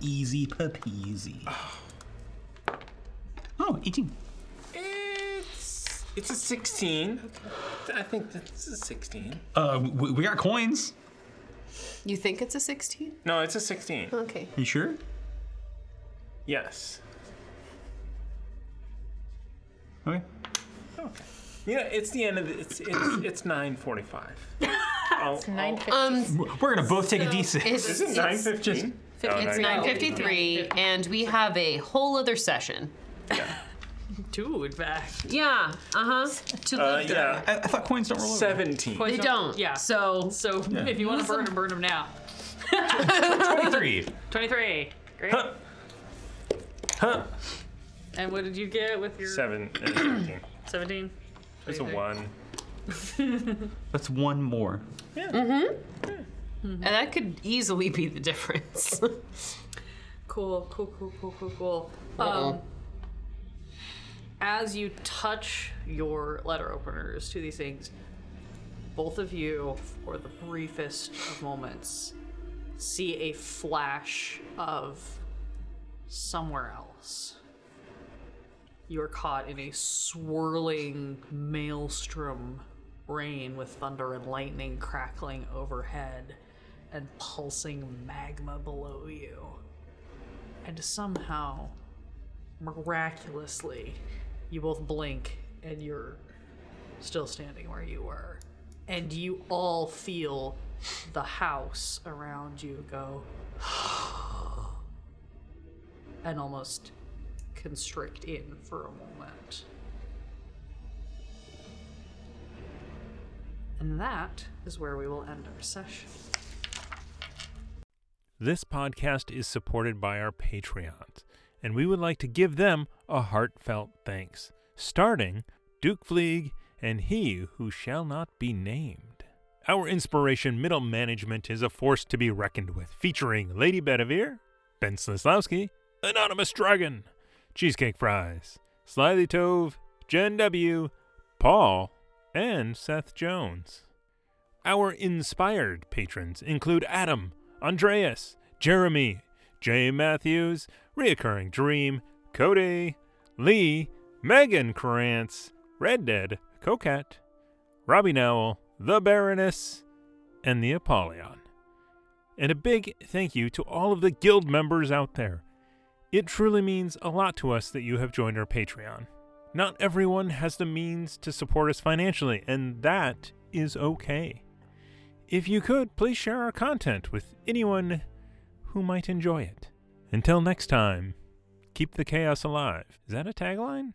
Speaker 4: Easy peasy. Oh, 18.
Speaker 3: it's it's a sixteen. I think that's a sixteen.
Speaker 4: Uh, we, we got coins.
Speaker 5: you think it's a 16
Speaker 3: No, it's a sixteen.
Speaker 5: okay
Speaker 4: You sure?
Speaker 3: Yes.
Speaker 4: Okay.
Speaker 3: Yeah, it's the end of the, it's it's it's nine forty-five. Oh,
Speaker 6: Nine fifty.
Speaker 5: um
Speaker 4: We're- We're gonna both take a d6.
Speaker 5: it's,
Speaker 3: is it nine fifteen? Oh,
Speaker 5: it's 953 and we have a whole other session
Speaker 2: Dude, back.
Speaker 5: yeah uh-huh to
Speaker 3: Uh,
Speaker 5: the
Speaker 3: yeah,
Speaker 4: I, I thought coins don't roll over.
Speaker 3: seventeen.
Speaker 5: they don't
Speaker 2: Yeah.
Speaker 5: so
Speaker 2: So if you want to burn them, burn them now.
Speaker 4: 23.
Speaker 2: Twenty three. Great.
Speaker 3: Huh. Huh.
Speaker 2: And what did you get with your
Speaker 3: Seven. and 17.
Speaker 2: seventeen?
Speaker 3: It's a one.
Speaker 4: That's one more.
Speaker 5: and that could easily be the difference
Speaker 2: Cool, cool, cool, cool, cool, cool. Um,
Speaker 5: Uh-oh.
Speaker 2: as you touch your letter openers to these things, both of you, for the briefest of moments, see a flash of somewhere else. You are caught in a swirling maelstrom rain with thunder and lightning crackling overhead and pulsing magma below you and somehow, miraculously, you both blink and you're still standing where you were. And you all feel the house around you go and almost constrict in for a moment. And that is where we will end our session.
Speaker 3: This podcast is supported by our Patreons, and we would like to give them a heartfelt thanks, starting Duke Fleeg and He Who Shall Not Be Named. Our inspiration, Middle Management, is a force to be reckoned with, featuring Lady Bedivere, Ben Slislawski, Anonymous Dragon, Cheesecake Fries, Slyly Tove, Jen W., Paul, and Seth Jones. Our inspired patrons include Adam, Andreas, Jeremy, Jay Matthews, Reoccurring Dream, Cody, Lee, Megan Krantz, Red Dead, Coquette, Robbie Nowell, The Baroness, and the Apollyon. And a big thank you to all of the guild members out there. It truly means a lot to us that you have joined our Patreon. Not everyone has the means to support us financially, and that is okay. If you could, please share our content with anyone who might enjoy it. Until next time, keep the chaos alive. Is that a tagline?